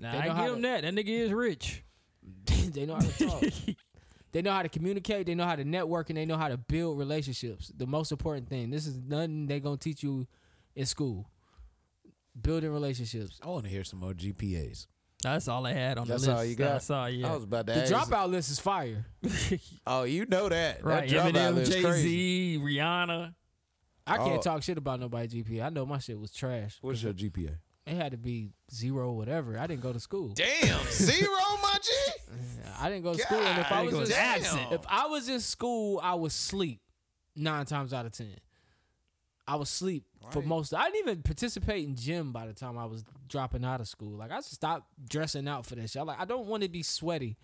Nah, They I know how give him to- that. That nigga is rich. they know how to talk. they know how to communicate. They know how to network, and they know how to build relationships. The most important thing. This is nothing they gonna teach you in school. Building relationships. I want to hear some more GPAs. That's all I had on That's the list. all you got. That's all. Yeah. I was about to The ask. dropout list is fire. Oh, you know that. right. That dropout Eminem, list Jay crazy. Z, Rihanna. I can't Oh. talk shit about nobody GPA. I know my shit was trash. What's your GPA? It had to be zero, whatever. I didn't go to school. <laughs> Damn, zero, my G. I didn't go to school. And if I God was in, damn. if I was in school, I was sleep nine times out of ten. I was sleep for most. I didn't even participate in gym by the time I was dropping out of school. Like I just stopped dressing out for that shit. I'm Like I don't want to be sweaty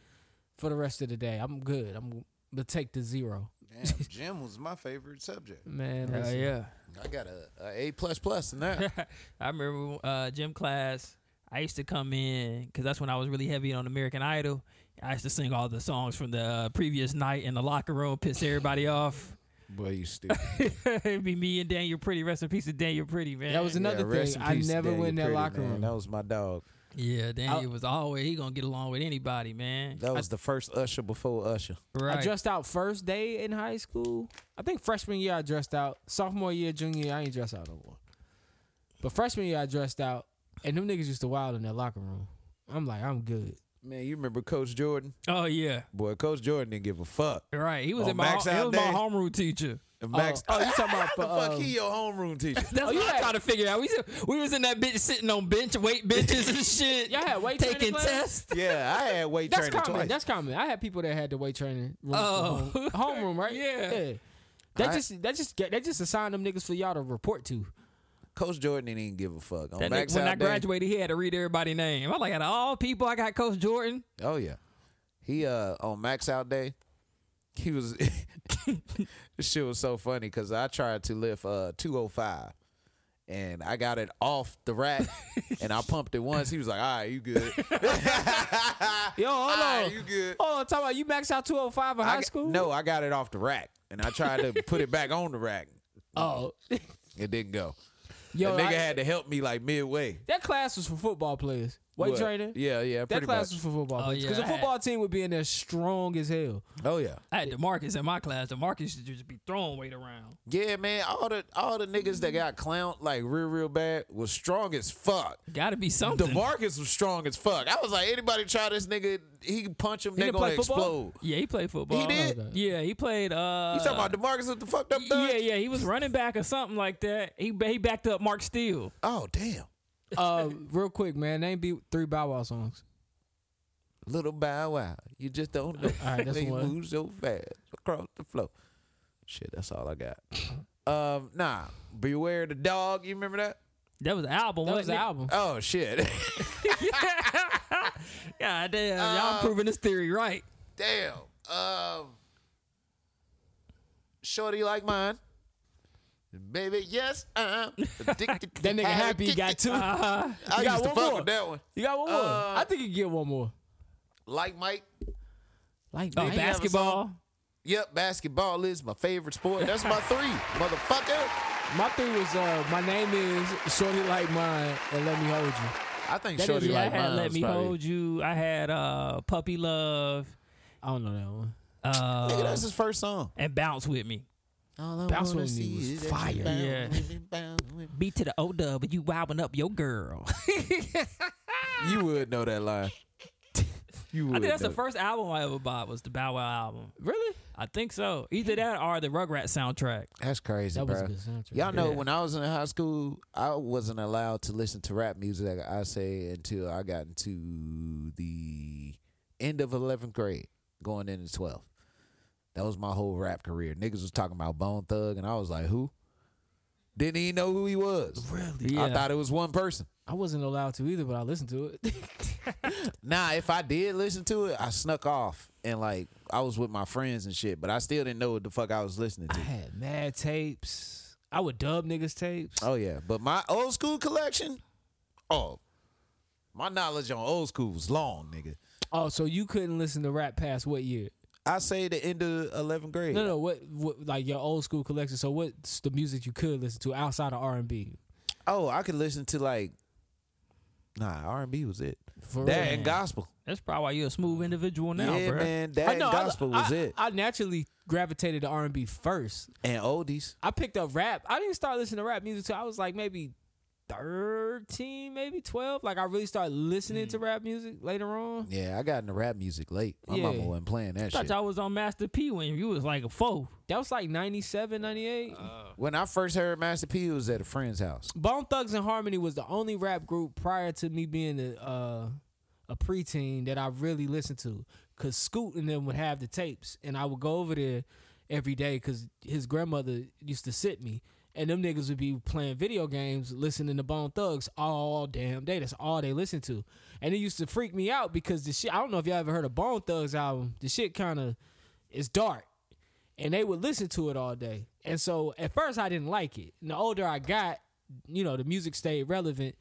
for the rest of the day. I'm good. I'm gonna take the zero, Damn, Jim was my favorite subject. man. Hell listen. yeah. I got a, a A plus plus in that. <laughs> I remember uh, gym class. I used to come in because that's when I was really heavy on American Idol. I used to sing all the songs from the uh, previous night in the locker room, piss everybody off. <laughs> Boy, you stupid. It'd be me and Daniel Pretty. Rest in peace to Daniel Pretty, man. That was another Yeah, rest thing. in I peace, never Daniel went in that Pretty, locker man. room. That was my dog. yeah. Daniel was always he gonna get along with anybody, man. That was the first Usher before Usher. Right. I dressed out first day in high school. I think freshman year I dressed out. Sophomore year, junior year, I ain't dressed out no more. But freshman year I dressed out, and them niggas used to wild in their locker room. I'm like, I'm good. Man, you remember Coach Jordan? oh yeah. Boy, Coach Jordan didn't give a fuck. Right. He was On in my Oh, Max he Out was my Day. homeroom teacher. And Max, oh, you talking <laughs> about for, the fuck um, he your homeroom teacher? <laughs> That's Oh, what you I had- trying to figure out. We we was in that bitch sitting on bench weight <laughs> benches and shit. Y'all had weight training taking class? tests. yeah, I had weight That's training common. twice. That's common. I had people that had the weight training room, Oh. <laughs> home, homeroom, right? Yeah. That I- just that just that just assigned them niggas for y'all to report to. Coach Jordan didn't even give a fuck. On That Max nigga, when Out I Day- graduated, he had to read everybody's name. I'm like, out of all people, I got Coach Jordan. Oh yeah. He uh on max out day, <laughs> he was <laughs> this shit was so funny because I tried to lift uh two oh five and I got it off <laughs> the rack and I pumped it once. He was like, all right, you good. <laughs> Yo, hold Ah, on. you good. Hold on, talking about you maxed out 205 in I high got- school? No, I got it off the rack and I tried to put it back on the rack. Oh. <laughs> It didn't go. Yo, the nigga I- had to help me like midway. That class was for football players. Weight What? training. Yeah, yeah, That pretty class much. was for football Oh, players. Because yeah, I the had- football team would be in there strong as hell. Oh yeah. I had Demarcus in my class. Demarcus used to just be throwing weight around. Yeah, man, all the all the niggas that got clowned like real real bad was strong as fuck. Got to be something. DeMarcus was strong as fuck. I was like, anybody try this nigga, he can punch him, they didn't gonna play football? explode. yeah, he played football. He did? Yeah, he played. Uh, You talking about DeMarcus with the fucked up thug? Yeah, yeah, he was running back or something like that. He ba- he backed up Mark Steele. Oh damn, Uh, <laughs> real quick, man, name be three Bow Wow songs. little bow wow, you just don't know <laughs> All right, that's when you one. move so fast across the floor. Shit, that's all I got. um, nah, beware the dog. You remember that? That was an album. That was the wasn't it? album. Oh shit, <laughs> God damn, Uh, y'all proving this theory right. damn. Um, shorty like mine. Baby, yes, I'm addicted. <laughs> to That nigga Uh, how to happy he kick got it. two. I You used got one to fuck more. with that one. You got one more. Uh, I think you can get one more. Like Mike. Like Oh, man, have a basketball. Yep, basketball is my favorite sport. That's my three, motherfucker. my thing was uh, my name is Shorty Like Mine and Let Me Hold You. I think That Shorty is- Yeah, like I had mine. Let Me Hold You. I had uh, Puppy Love I don't know that one. uh, Nigga, that's his first song. and Bounce With Me. Bounce With Me was fire. Yeah. B to the O dub, you wilding up <laughs> your girl. You would know that <laughs> line. You would. I think that's know the first album I ever bought was the Bow Wow album. Really? I think so. Either that or the Rugrats soundtrack. That's crazy, That was bro. a good soundtrack. Y'all know Yeah. when I was in high school, I wasn't allowed to listen to rap music. I say until I got into the end of eleventh grade, going into twelfth. That was my whole rap career. Niggas was talking about Bone Thug, and I was like, "Who?" Didn't even know who he was. Really? I Yeah. thought it was one person. I wasn't allowed to either, but I listened to it. <laughs> Nah, if I did listen to it, I snuck off and like I was with my friends and shit, but I still didn't know what the fuck I was listening I to. had mad tapes. I would dub niggas tapes. Oh yeah, but my old school collection, oh, my knowledge on old school was long, nigga. Oh, so you couldn't listen to rap past what year? I say the end of eleventh grade. No, no. What, what like your old school collection? So what's the music you could listen to outside of R and B? Oh, I could listen to like, nah, R and B was it. For that real. and gospel. That's probably why you're a smooth individual now, yeah, bro. man, that and know, gospel was I, it. I naturally gravitated to R and B first. and oldies. I picked up rap. I didn't start listening to rap music till I was like maybe thirteen, maybe twelve. Like I really started listening Mm. to rap music later on. Yeah, I got into rap music late. My Yeah. mama wasn't playing that I thought shit. y'all was on Master P when you was like <laughs> a foe. That was like 97, 98. When I first heard Master P, it was at a friend's house. Bone Thugs and Harmony was the only rap group prior to me being a uh, a preteen that I really listened to. Cause Scoot and them would have the tapes, and I would go over there every day. Cause his grandmother used to sit me, and them niggas would be playing video games, listening to Bone Thugs all damn day. That's all they listened to, and it used to freak me out because the shit. I don't know if y'all ever heard of Bone Thugs album. The shit kind of is dark and they would listen to it all day. And so at first I didn't like it. And the older I got, you know, the music stayed relevant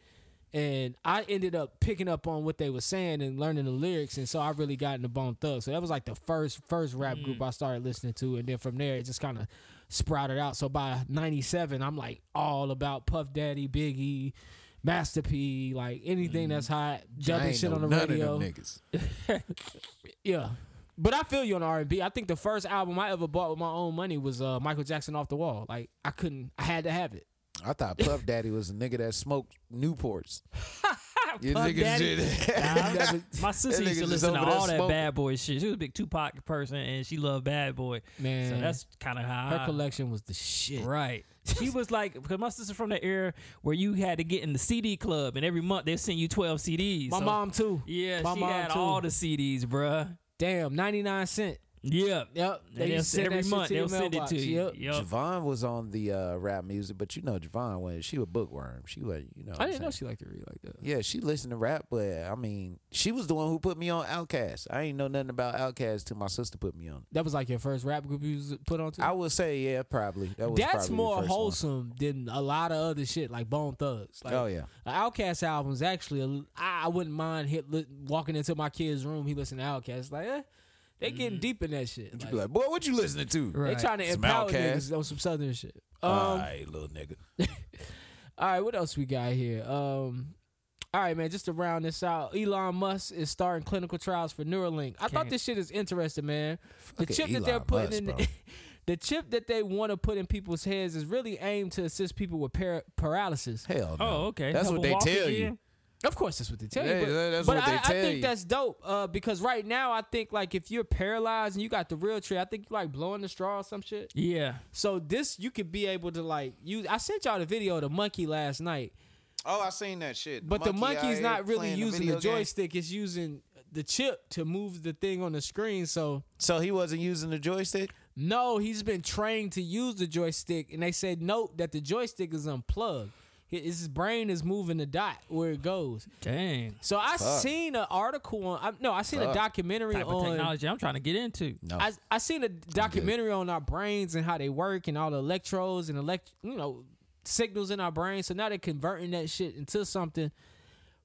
and I ended up picking up on what they were saying and learning the lyrics and so I really got into Bone Thugs. So that was like the first first rap group Mm. I started listening to and then from there it just kind of sprouted out. So by 97 I'm like all about Puff Daddy, Biggie, Master P, like anything that's hot, I dubbing Mm. ain't shit know on the none radio. of them niggas. Yeah. But I feel you on R and B. I think the first album I ever bought with my own money was uh, Michael Jackson Off the Wall. Like I couldn't, I had to have it. I thought Puff Daddy was a nigga that smoked <laughs> Newports. you Puff Daddy. did. Nah, my sister That used nigga to just listen to over there all that smoking. bad boy shit. She was a big Tupac person and she loved bad boy. so Man. that's kind of how Her I- collection was the shit. Uh, <laughs> Right. She was like, because my sister from the era where you had to get in the CD club, and every month they send you twelve CDs. My So- mom too. yeah, my she had all the CDs, bruh. damn ninety nine cent. Yeah, Yep, And they they'll- just send every that shit month to your they'll send it mailbox. to you. Yep. Yup. Javon was on the uh, rap music, but you know Javon when she was bookworm. She was, you know. what I I'm didn't know saying? she liked to read like that. Yeah, she listened to rap, but I mean, she was the one who put me on Outkast. I ain't know nothing about Outkast till my sister put me on. it. That was like your first rap group you was put on to. I would say, yeah, probably. That was That's probably the more first one. wholesome than a lot of other shit like Bone Thugs. Like, Oh, yeah. Outcast albums actually. a- I I wouldn't mind hit li- walking into my kid's room. He listened to Outcast. Like, eh, they getting deep in that shit. Mm-hmm. You Like, be like, boy, what you listening to? they Right. trying to Some empower Outkast. niggas on some southern shit. Um, All right, little nigga. all right, what else we got here? Um, all right, man, just to round this out, Elon Musk is starting clinical trials for Neuralink. I thought Can't- this shit is interesting, man. The Fucking chip that they're Elon putting Musk, in. bro. <laughs> The chip that they want to put in people's heads is really aimed to assist people with par- paralysis. Hell no. Oh, okay. That's Help what them they walk tell again? you. Of course, that's what they tell Yeah, you. But, that- that's but what they I, I tell think you. that's dope uh, because right now I think like if you're paralyzed and you got the real tree, I think you like blowing the straw or some shit. Yeah, So this you could be able to like use. I sent y'all the video of the monkey last night, Oh, I seen that shit. but the monkey out monkey's here not really playing using the, video game. joystick; it's using the chip to move the thing on the screen. So So he wasn't using the joystick. no, he's been trained to use the joystick, and they said note that the joystick is unplugged. His his brain is moving the dot where it goes. Dang. So I seen an article on. I, no, I seen a documentary Type of on. technology I'm trying to get into. No. I, I seen a documentary on our brains and how they work and all the electrodes and elect you know signals in our brain. So now they're converting that shit into something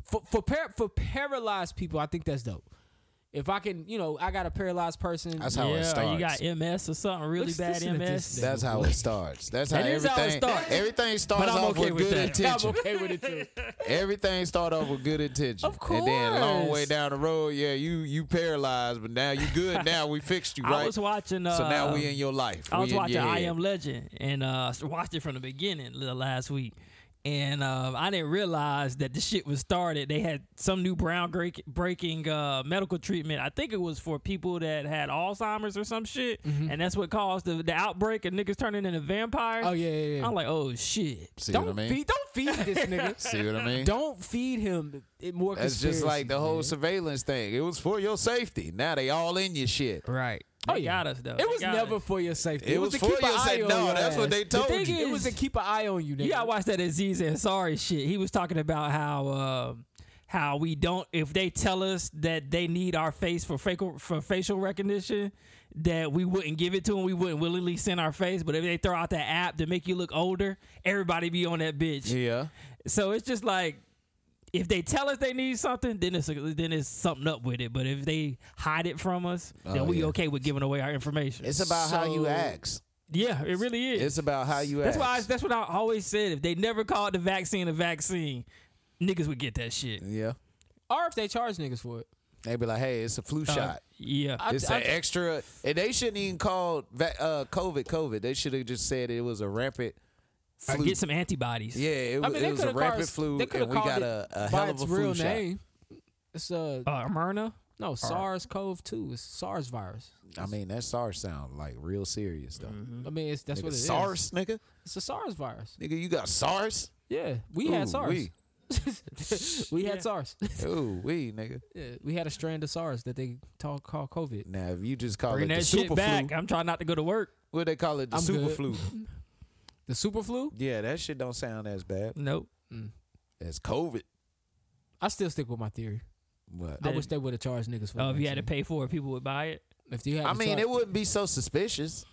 for for par- for paralyzed people. I think that's dope. If I can, you know, I got a paralyzed person. That's how it yeah, starts. you got MS or something really Let's bad listen to this MS. thing. That's how it starts. That's how That is everything. how it starts. Everything starts I'm off okay with, with good that. I'm intention. okay with it too. <laughs> everything start off with good intention. Of And then a long way course. down the road, yeah, you you paralyzed, but now you good. now we fixed you, right? I was watching. Uh, so now we in your life. I was We in watching your I head. Am Legend and uh, watched it from the beginning li- last week. And um, I didn't realize that the shit was started. They had some new brown break- breaking uh, medical treatment. I think it was for people that had Alzheimer's or some shit, and that's what caused the, the outbreak of niggas turning into vampires. Mm-hmm. Oh yeah, yeah. yeah. I'm like, oh shit. See don't what I mean? feed, don't feed <laughs> this nigga. See what I <laughs> mean? don't feed him it- more. That's just like the whole conspiracies, surveillance thing. It was for your safety. Now they all in your shit. Right. Oh, They yeah. got us though. man. They It was got never us. for your safety. It was to for keep an your eye safety. on No, your that's what ass. they The told thing you. It was to keep an eye on you, nigga. You gotta watch that Aziz Ansari shit. He was talking about how uh, how we don't if they tell us that they need our face for facial for facial recognition, that we wouldn't give it to them. We wouldn't willingly send our face. But if they throw out that app to make you look older, everybody be on that bitch. Yeah. So it's just like if they tell us they need something, then it's then it's something up with it. But if they hide it from us, Oh, then we yeah. okay with giving away our information. It's about how you So- act. yeah, it really is. It's about how you That's act. why. I, that's what I always said. If they never called the vaccine a vaccine, niggas would get that shit. yeah. or if they charge niggas for it. They be like, hey, it's a flu Uh, shot. yeah. I- It's an extra. And they shouldn't even call va- uh, COVID COVID. They should have just said it was a rampant Or flu. get some antibodies. yeah, it, Uh, I wa- mean, it they was a coulda rampant called- flu, they and coulda we called got it a, a by hell of its a real flu shot. name. It's uh Uh, Myrna. no SARS-CoV-2. It's SARS virus. I mean, that SARS sound like real serious though. I mean, it's Mm-hmm. that's Nigga, what it is. SARS, nigga, It's a SARS virus. nigga, you got SARS. Yeah, we had SARS. We, <laughs> We, Yeah. had SARS. <laughs> ooh, we, nigga. Yeah, we had a strand of SARS that they talk, call COVID. Now, if you just call Bring it the that super shit back. flu, I'm trying not to go to work. what they call it, the I'm super good. <laughs> flu. The super flu? Yeah, that shit don't sound as bad Nope. as COVID. I still stick with my theory. But I wish they would have charged niggas for Oh, the if you had to vaccine. pay for it, people would buy it. If you had I to mean, charge- it Oh, wouldn't be so suspicious.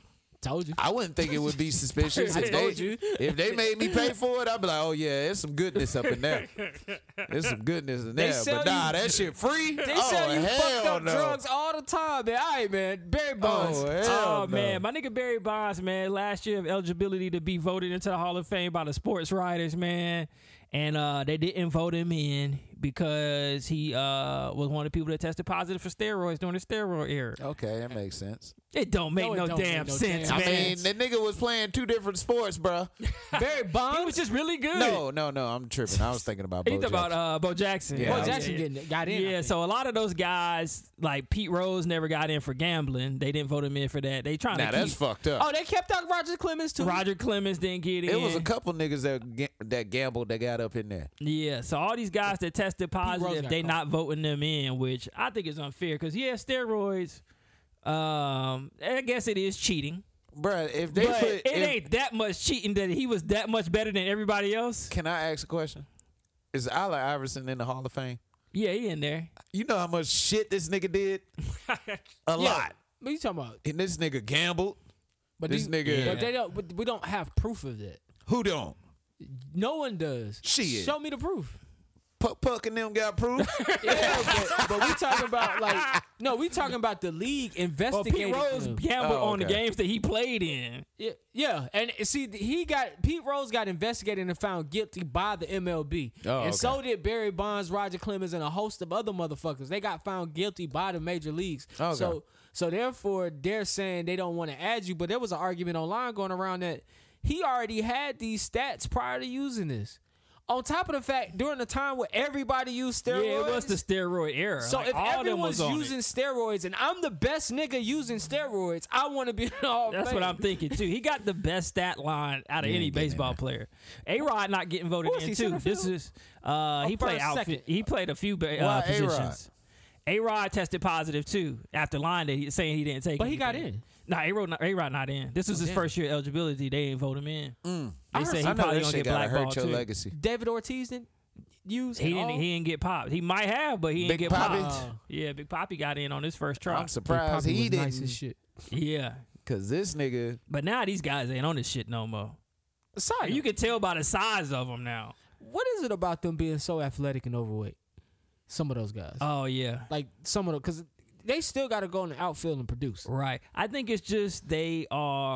told you. I wouldn't think it would <laughs> be suspicious if they told you. if they made me pay for it. I'd be like, oh yeah, there's some goodness up in there. There's some goodness in there, sell but nah, you- that shit free. <laughs> They oh sell you hell fucked up no. drugs all the time, man. All right, man. Barry Bonds. Oh, hell Oh no. man, my nigga Barry Bonds, man, last year of eligibility to be voted into the Hall of Fame by the sports writers, man, and uh, they didn't vote him in because he uh, was one of the people that tested positive for steroids during the steroid era. Okay, that makes sense. It don't make No, no, it don't damn make no sense, damn I man. mean, the nigga was playing two different sports, <laughs> bruh. Barry Bonds. he was just really good. No, no, no. I'm tripping. I was thinking about. <laughs> He Bo talking about Jackson. uh, Bo Jackson. Yeah, Bo I was- Jackson getting got in. I Yeah, think. so a lot of those guys, like Pete Rose, never got in for gambling. They didn't vote him in for that. They trying Nah, to that's keep- fucked up. Oh, they kept out Roger Clemens too. Roger Clemens didn't get in. It was a couple niggas that ga- that gambled that got up in there. Yeah, so all these guys that tested positive, got they caught. not voting them in, which I think is unfair because yeah, steroids. Um, I guess it is cheating, Bruh, if they but put, it if- ain't that much cheating that he was that much better than everybody else. Can I ask a question? Is Allen Iverson in the Hall of Fame? Yeah, he in there. You know how much shit this nigga <laughs> did? A Yeah. lot. What you talking about? And this nigga gambled. But This these- nigga- But they don't. But we don't have proof of that. Who don't? No one does. Shit. Show me the proof. Puck Puck and them got <laughs> proof. <laughs> Yeah, but, but we talking about like <laughs> no, we talking about the league Well, investigating. Pete Rose him. gambled Oh, on the okay. games that he played in. Yeah, yeah, and see, he got Pete Rose got investigated and found guilty by the MLB, Oh, and so okay. did Barry Bonds, Roger Clemens, and a host of other motherfuckers. They got found guilty by the major leagues. Okay. So, so therefore, they're saying they don't want to add you. But there was an argument online going around that he already had these stats prior to using this. On top of the fact, during the time where everybody used steroids, Yeah, it was the steroid era. so Like, if all them everyone's was on it. using steroids and I'm the best nigga using steroids, I want to be in the Hall of That's what Fame. I'm thinking too. He got the best stat line out of any baseball player. A Rod not getting voted Who is in he, too. center This field? is uh, he for a played outfit. second. He played a few ba- Why uh, A-Rod? positions. A Rod tested positive too after lying that he saying he didn't take. But he got anything. in. Nah, A Rod, A Rod not in. This was his first year eligibility. They didn't vote him in. Mm. They said he I know probably that gonna shit get gotta blackballed hurt your too. legacy. David Ortiz didn't use. He at didn't. all? He didn't get popped. He might have, but he Big didn't get Poppy? popped. Yeah, Big Poppy got in on his first try. I'm surprised Poppy he was didn't. Nice as shit. Yeah, <laughs> Cause this nigga, but now these guys ain't on this shit no more. Sorry, You can tell by the size of them now. what is it about them being so athletic and overweight? Some of those guys, Oh yeah, like some of them, because they still got to go in the outfield and produce. Right. I think it's just they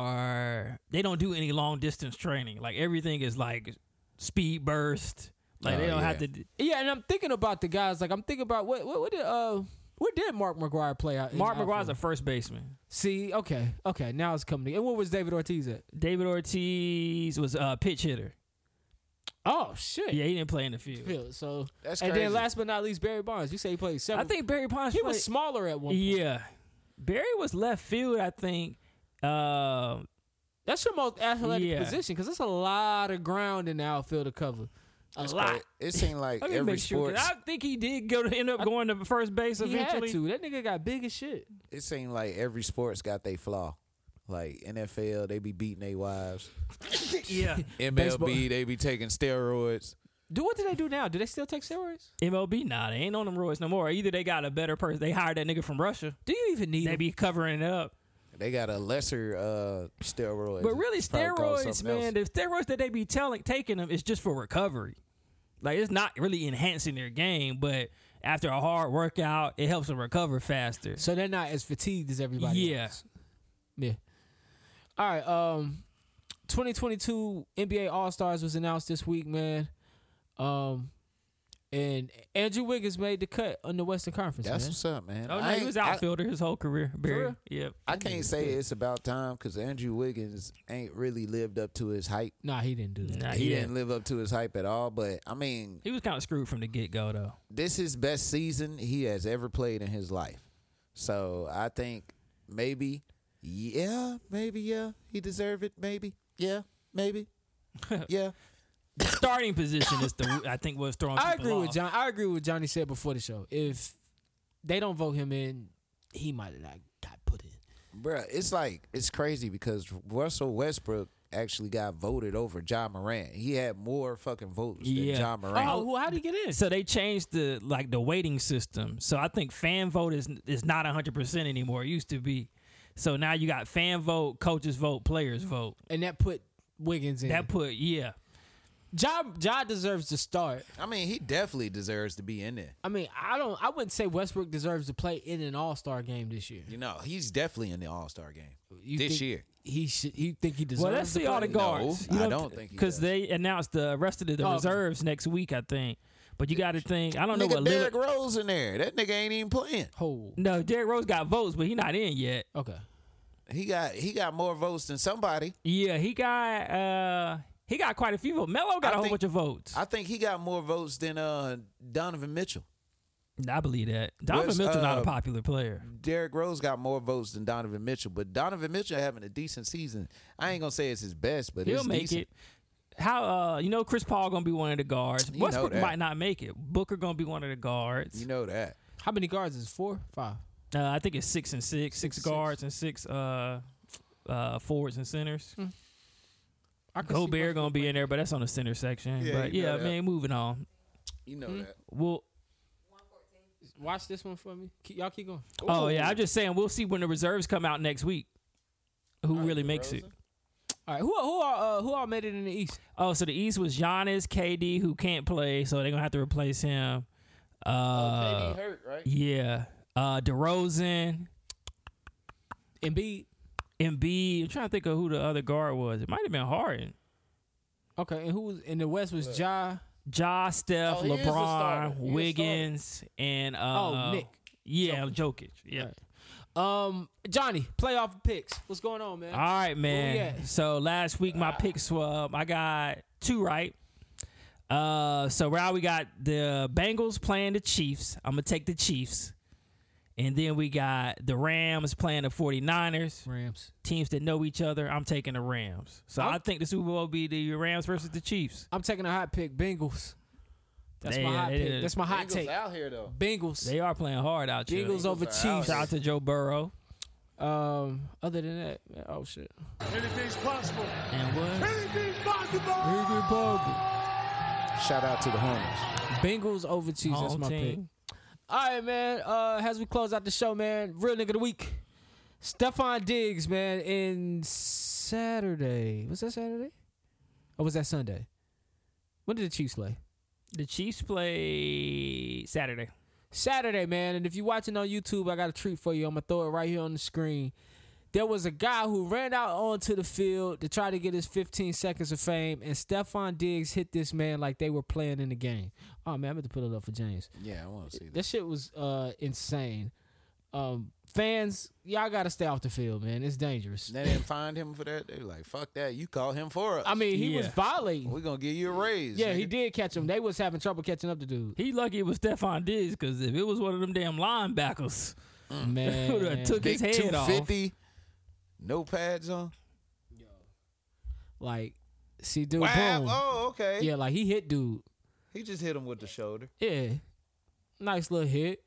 are they don't do any long distance training. Like everything is like speed burst. Like they Oh, don't yeah. have to. d- Yeah, and I'm thinking about the guys. Like I'm thinking about what what, what did uh where did Mark McGuire play out? in Mark the McGuire's a outfield? first baseman. See, okay, okay, now it's coming. to- And where was David Ortiz at? David Ortiz was a pitch hitter. Oh shit. Yeah, he didn't play in the field. Field, So That's and crazy. then last but not least, Barry Bonds. You say he played seven. I think Barry Bonds. he played- was smaller at one. point. Yeah, Barry was left field. I think. Uh, That's your most athletic Yeah. position because that's a lot of ground in the outfield to cover. A lot. it seemed like let me every make sure. sport. 'cause I think he did go to end up going to first base He had eventually. to. That nigga got big as shit. It seemed like every sport's got they flaw. Like NFL, they be beating their wives. <laughs> Yeah, MLB, Baseball- they be taking steroids. Do what do they do now? Do they still take steroids? MLB. Nah, they ain't on them roids no more. Either they got a better person. They hired that nigga from Russia. Do you even need they them? be covering it up. They got a lesser uh, steroid. But really, It's probably called steroids, something man, else. the steroids that they be telling taking them is just for recovery. Like it's not really enhancing their game, but after a hard workout, it helps them recover faster. <laughs> So they're not as fatigued as everybody Yeah. else. Yeah. All right. Um, 2022 NBA All Stars was announced this week, man. Um, and Andrew Wiggins made the cut on the Western Conference. That's man. what's up, man. Oh no, I he ain't- was I- outfielder his whole career. Barry. real? Yep. I can't say it's about time because Andrew Wiggins ain't really lived up to his hype. Nah, he didn't do that. Nah, He yeah. didn't live up to his hype at all. But I mean, He was kind of screwed from the get go though. this is best season he has ever played in his life. So I think maybe, yeah, maybe yeah, he deserved it. Maybe yeah, maybe yeah. The starting position is the I think was throwing. I people agree with off. John. I agree with Johnny said before the show. If they don't vote him in, he might have not got put in. Bruh, it's like it's crazy because Russell Westbrook actually got voted over John Morant. He had more fucking votes Yeah. than John Morant. Oh, well, how did he get in? So they changed the like the weighting system. So I think fan vote is is not hundred percent anymore. It used to be. So now you got fan vote, coaches vote, players vote. And that put Wiggins in. That put yeah. John, John deserves to start. I mean, he definitely deserves to be in there. I mean, I don't. I wouldn't say Westbrook deserves to play in an All Star game this year. You know, he's definitely in the All Star game You this think year. he should. You think he deserves? Well, let's to see all the play? guards. No, I don't think he because does. they announced the rest of the, the Oh. reserves next week. I think, but you got to think. I don't know Nigga what. Derrick Derek, Rose in there. That nigga ain't even playing. Oh, no, Derrick Rose got votes, but he not in yet. okay. He got he got more votes than somebody. Yeah, he got uh he got quite a few votes. Melo got I a whole think- bunch of votes. I, I think he got more votes than uh, Donovan Mitchell. believe that Donovan Where's, Mitchell not a uh, popular player. Derrick Rose got more votes than Donovan Mitchell, but Donovan Mitchell having a decent season. I ain't gonna say it's his best, but He'll it's make decent. it. How uh you know Chris Paul gonna be one of the guards? know Westbrook that. might not make it. Booker gonna be one of the guards. You know that. How many guards is it? four, five? uh, I think it's six and six, six Six, guards and six uh uh forwards and centers. I could see Gobert Westbrook gonna be in there, but that's on the center section. Yeah, but you yeah, know that. man, moving on. You know Hmm. that. We'll playing. Watch this one for me. Keep, y'all keep going. oh yeah, I'm just saying we'll see when the reserves come out next week. Who really makes it? All right. Who who all, uh, who all made it in the East? Oh, so the East was Giannis, KD, who can't play, so they're gonna have to replace him. Uh, Oh, hurt, right? yeah, uh, DeRozan, Embiid. Embiid. I'm trying to think of who the other guard was. It might have been Harden, Okay, and who was in the West was Ja. Ja, Steph, Oh, he is a starter. LeBron, He is a Wiggins, and uh, oh, Nick. Yeah, Jokic. Yeah. Right. Um, Johnny, playoff picks. What's going on, man? All right, man. at? So last week my Ah. pick swab, I got two right. Uh, so now we got the Bengals playing the Chiefs. I'm gonna take the Chiefs. And then we got the Rams playing the 49ers. Rams. Teams that know each other, I'm taking the Rams. So i I'm- think the Super Bowl will be the Rams versus the Chiefs. I'm taking a hot pick. Bengals. That's They- my hot they- pick. That's my hot Bengals take. out here though. Bengals. They are playing hard out here. Bengals over are out Chiefs. Shout out to Joe Burrow. Um, other than that, man, oh shit. And what? Shout out to the homies. Bengals over Chiefs. That's Home my team. pick. All right, man. Uh, as we close out the show, man, real nigga of the week, Stefan Diggs, man. In Saturday, was that Saturday? Or was that Sunday? When did the Chiefs play? The Chiefs play Saturday. Saturday, man. And if you're watching on YouTube, I got a treat for you. I'm gonna throw it right here on the screen. There was a guy who ran out onto the field to try to get his 15 seconds of fame, and Stefan Diggs hit this man like they were playing in the game. Oh man, I'm gonna put it up for James. Yeah, I want to see that. That shit was uh, insane. Um, fans, y'all gotta stay off the field, man. It's dangerous. They didn't find him for that. They were like, "Fuck that! You call him for us. I mean, he was Yeah. Oh, violating. we gonna give you a raise." Yeah, he nigga. did catch him. They was having trouble catching up the dude. He lucky it was Stephon Diggs because if it was one of them damn linebackers <laughs> <laughs> who done Man, took Big his head off, 250, no pads on. like, see, dude, Wow. boom. Oh, okay. Yeah, like he hit dude. He just hit him with the shoulder. Yeah. Nice little hit.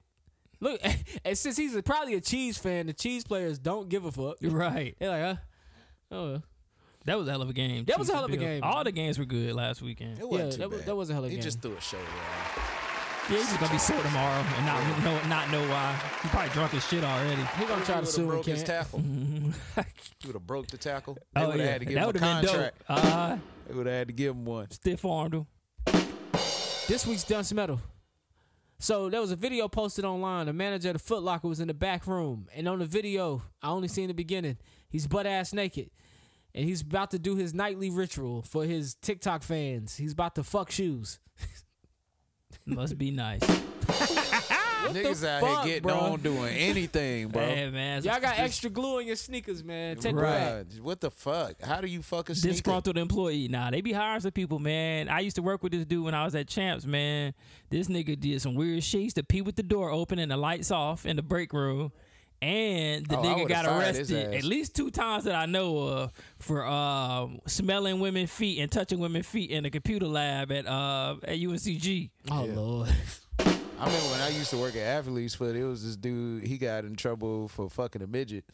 Look, <laughs> and since he's probably a cheese fan, the cheese players don't give a fuck. right? They're like, huh? Oh, well. That was a hell of a game. That was a Chiefs hell of a and Bills. game, All man. the games were good last weekend. It Yeah, wasn't too that was- bad. that was a hell of a He game. just threw a shoulder. at him. Yeah, he's just gonna be sore tomorrow and not know, not know why. He probably drunk as shit already. He gonna try He to would sue have him, broke his can't. <laughs> tackle. he would have broke the tackle. They Oh, would have yeah. had to give that him a would've been dope. contract. Uh, They would have had to give him one. stiff armed him. This week's Dunce Metal. So there was a video posted online. The manager of the Foot Locker was in the back room, and on the video, I only seen the beginning. He's butt ass naked, and he's about to do his nightly ritual for his TikTok fans. He's about to fuck shoes. Must <laughs> be nice. Niggas out fuck, here getting bro? on doing anything, bro. Hey man, it's Y'all a got extra glue in your sneakers, man. Take Right. that. Bruh, What the fuck? How do you fuck a sneaker? disgruntled employee. Nah, they be hiring some people, man. I used to work with this dude when I was at Champs, man. This nigga did some weird shit. He used to pee with the door open and the lights off in the break room. And the Oh, I nigga would've got fired his arrested ass. at least two times that I know of for uh, smelling women's feet and touching women's feet in the computer lab at uh, at UNCG. Oh lord. <laughs> I remember when I used to work at Athlete's Foot, it was this dude. He got in trouble for fucking a midget.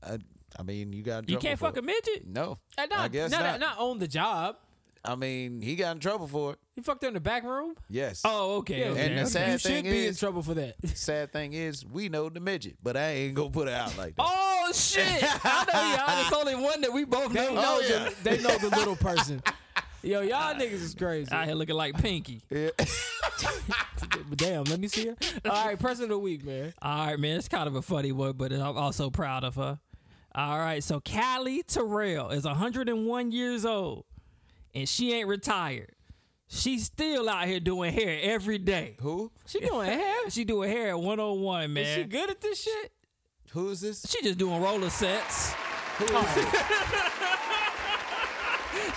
I, I mean, you got in You trouble can't for fuck a midget. Uh, No, And not, I guess not, not. not. on the job. I mean, he got in trouble for it. You fucked her in the back room. Yes. Oh, okay. Yeah, okay, And the okay. sad you should thing be in is- trouble for that. Sad thing is, we know the midget, but I ain't gonna put it out like that. Oh shit! I know y'all. It's only one that <laughs> we both <laughs> know. They know yeah. the, they know the little <laughs> person. Yo, y'all niggas is crazy. Out here looking like Pinky. But damn, let me see her. All right, person of the week, man. All right, man. It's kind of a funny one, but I'm also proud of her. All right, so Callie Terrell is 101 years old, and she ain't retired. She's still out here doing hair every day. Oh. Who? She <laughs> doing hair? She doing hair at 101, Is she man. good at this shit? Who is this? She just doing roller sets. Who is this? <laughs>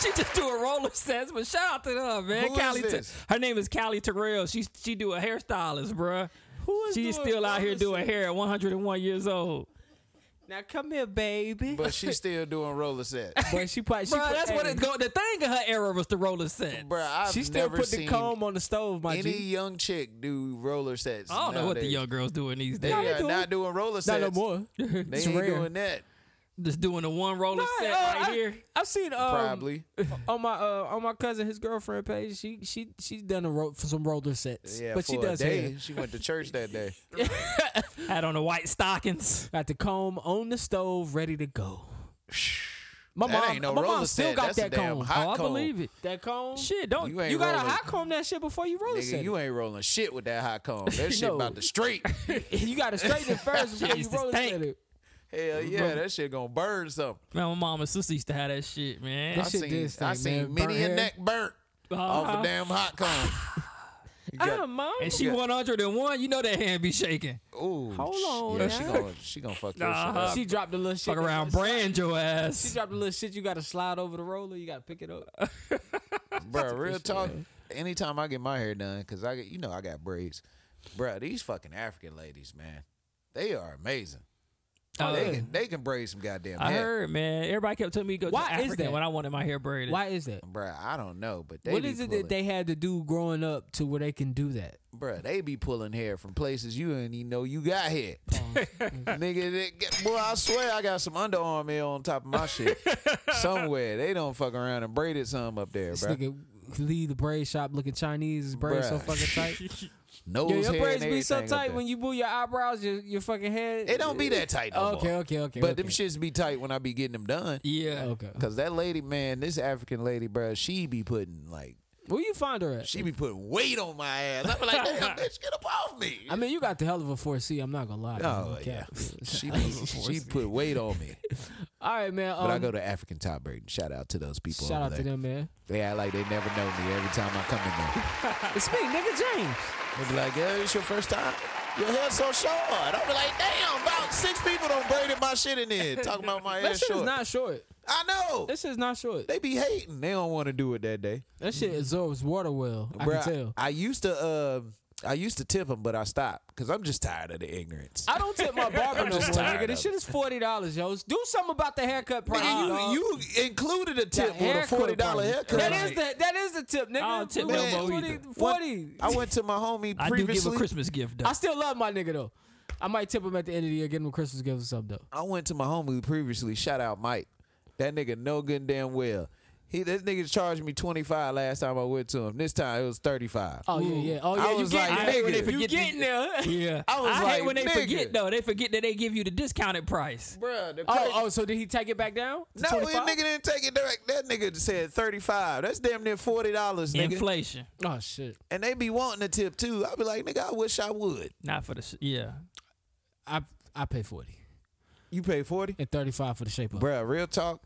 She just doing roller sets, but shout out to her, man. Who is Callie Ter- this? her name is Callie Terrell. She she do a hairstylist, bruh. Who is She's doing still out here roller doing hair at 101 years old. Now come here, baby. <laughs> But she's still doing roller sets. But she probably she Bruh, put- that's what hey, it go. The thing of her era was the roller sets. Bruh, I've She still never put the seen comb on the stove, my any G. young chick do roller sets. I don't know what the nowadays. young girls doing these They days. are doing- not doing roller Not sets. no more. They <laughs> It's ain't rare. doing that. Just doing the one roller set Nah, right uh, I, here. I've seen um, Probably. <laughs> on my uh, on my cousin his girlfriend page she she she's done a ro- for some roller sets Yeah, but for she does a day. hair. She went to church <laughs> that day. Had on the white stockings. got the comb on the stove ready to go my That mom ain't no my mom roller still set. got That's a that damn comb hot oh, I comb. believe it. that comb Shit, don't You ain't you gotta rolling. hot comb that shit before you roller Nigga, set you it. ain't rolling shit with that hot comb. That shit No. about <laughs> to straight. you gotta straighten it first before you used to roller set stink. it Hell yeah, that shit gonna burn something. Man, my mom and sister used to have that shit, man. I That shit seen, did I stink, seen man. many Burnt a hair. neck burnt off Uh-huh. a damn hot comb. <laughs> You got- ah mom and she Yeah. 101, you know that hand be shaking. Ooh, Hold sh- on Yeah, she now. gonna she gonna fuck your shit <laughs> Uh-huh. up. she dropped a little shit Fuck around, brand your she ass. dropped a little shit you gotta slide over the roller you gotta pick it up <laughs> Bruh, real talk. Anytime I get my hair done, cause I get, you know, I got braids. Bruh, these fucking African ladies, man, they are amazing. Oh, Uh, they can they can braid some goddamn I hair. heard, man. Everybody kept telling me to go Why to is Africa that? when I wanted my hair braided. Why is that? Bruh, I don't know, but they What be is it pulling, that they had to do growing up to where they can do that? bruh, they be pulling hair from places you didn't even know you got <laughs> hair. Nigga, they, get- boy, I swear I got some underarm hair on top of my shit <laughs> somewhere. They don't fuck around and braided some up there, This bruh. nigga leave the braid shop looking Chinese. His braids so Bruh. <laughs> fucking tight. Nose Yo, your hair braids and be so everything up tight there. when you move your eyebrows, your, your fucking head. It don't be that tight no Okay, more. okay, okay. But okay. them shits be tight when I be getting them done. Yeah. Okay. Cause that lady, man, this African lady, bruh, she be putting like Where you find her at? she be putting weight on my ass. I be <laughs> like, damn, bitch, get up off me. I mean, you got the hell of a 4C. I'm not gonna lie. Oh Okay. yeah, <laughs> she she put weight on me. All right, man. Um, But I go to African Top Braiding. Shout out to those people. shout out over to there. them, man. They act like they never know me every time I come in It's me, nigga James. there. They be like, "Yeah, it's your first time. Your hair's so short." I be like, "Damn, about six people don't braided my shit in there talking about my hair <laughs> That shit short." is not short. I know That shit is not short. they be hating. They don't want to do it that day. That shit absorbs water well. I Bruh, can tell. I used to. Uh, I used to tip them, but I stopped because I'm just tired of the ignorance. I don't tip my <laughs> barber no more, just tired nigga. This of shit is forty dollars, yo. Do something about the haircut price. Nigga, dog. you, you included a That tip with a haircut forty dollar price. haircut. That is the that is the tip, nigga. I don't tip We no went more 20 either. Forty. I went to <laughs> my homie I do previously. give a Christmas gift though. I still love my nigga though. I might tip him at the end of the year, give him a Christmas gift or something though. I went to my homie previously. Shout out Mike. That nigga no good and damn well. He this nigga charged me twenty five last time I went to him. This time it was thirty five. Oh yeah, yeah. Oh yeah, I you was getting like, there. nigga. You Forget the- getting there. <laughs> yeah. I was hate like, when they nigga. forget though. They forget that they give you the discounted price. Bruh, the Oh, oh, so did he take it back down? to no, that 25? nigga didn't take it direct. That nigga said thirty five. That's damn near forty dollars, nigga. Inflation. Oh shit. and they be wanting a tip too. I be like, nigga, I wish I would. Not for the sh- yeah. I I pay forty You pay forty, and thirty five for the shape up. Bruh, Real talk.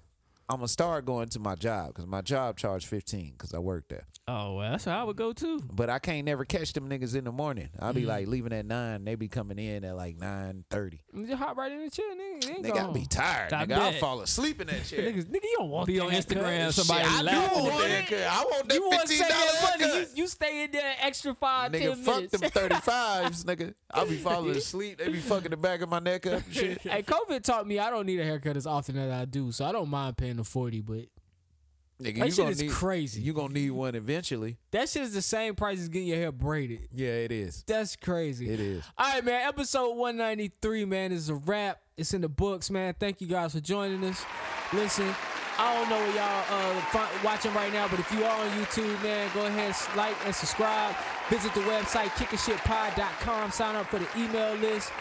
I'm gonna start going to my job because my job charged fifteen because I work there. Oh well, that's where I would go too. But I can't never catch them niggas in the morning. I'll be like leaving at nine. They be coming in at like nine thirty. Just hop right in the chair, nigga. They ain't Nigga, I gone. be tired. I Nigga, I'll bet. fall asleep <laughs> in that chair. Niggas, nigga, you don't want Be that on haircut. Instagram. Shit, Somebody I do laughing. want that haircut. I want that You want to fifteen save that money? You, dollar you stay in there an extra five, Nigga, ten fuck minutes. them thirty fives, nigga. I'll be falling asleep. They be fucking the back of my neck up <laughs> and <laughs> shit. hey, COVID taught me I don't need a haircut as often as I do, so I don't mind paying the forty. But Nigga, That you shit gonna is need, crazy. You gonna need one eventually. that shit is the same price as getting your hair braided. Yeah, it is. That's crazy. It is. All right, man. Episode 193, man, is a wrap. It's in the books, man. Thank you guys for joining us. Listen, I don't know what y'all uh, fi- watching right now, but if you are on YouTube, man, go ahead, s- like, and subscribe. Visit the website, kickingshitpod.com. Sign up for the email list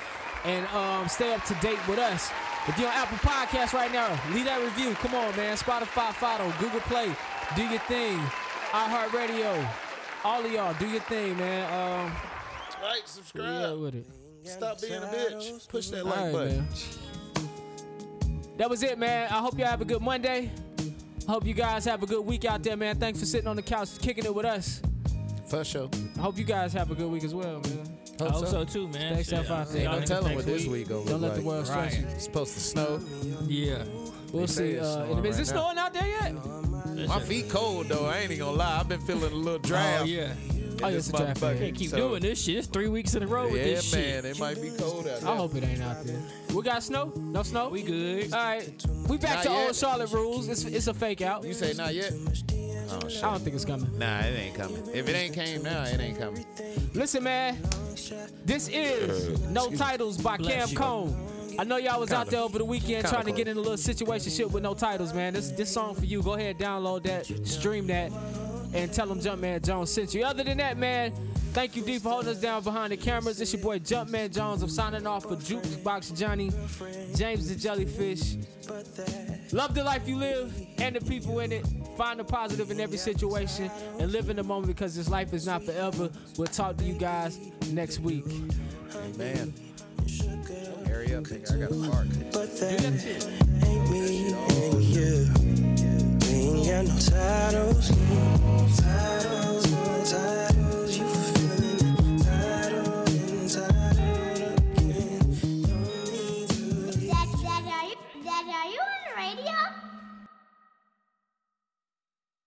and um, stay up to date with us. If you're on Apple Podcasts right now, leave that review. Come on, man. Spotify, Fido, Google Play. Do your thing. iHeartRadio. All of y'all, do your thing, man. Um, Right, yeah, subscribe. with it. Stop being a bitch. Push that All like right, button. man. That was it, man. I hope y'all have a good Monday. Hope you guys have a good week out there, man. Thanks for sitting on the couch, kicking it with us. For sure. I hope you guys have a good week as well, man. I hope so too, man. Thanks, Shit. F I C. Ain't Y'all no niggas telling next what this week gonna Don't look let the like. world stress you. It's supposed to snow. Yeah. We'll say see. Uh, it's in snowing a minute. Is it right now. snowing out there yet? My feet cold though. I ain't even gonna lie. I've been feeling a little dry. Oh yeah. Oh, yeah, it's a draft. motherfucker. area. Keep So- doing this shit. It's three weeks in a row with Yeah, this shit. man. It might be cold out there. I hope it ain't out there. We got snow? No snow? We good. All right. We back Not to yet. old Charlotte rules. It's, it's a fake out. You say not yet? Oh I shit. don't think it's coming. Nah, it ain't coming. If it ain't came now, it ain't coming. Listen, man, this is No Titles by Cam Cone. I know y'all was out there over the weekend Kinda trying to close. get in a little situation shit with no titles, man. This this song for you. Go ahead, download that, stream that, and tell them Jumpman Jones sent you. Other than that, man, thank you D for holding us down behind the cameras. It's your boy Jumpman Jones. I'm signing off for Jukebox Johnny, James the Jellyfish. Love the life you live and the people in it. Find the positive in every situation and live in the moment because this life is not forever. We'll talk to you guys next week. Man. Hurry up, nigga. I gotta park. but that ain't me and you. We ain't got no titles.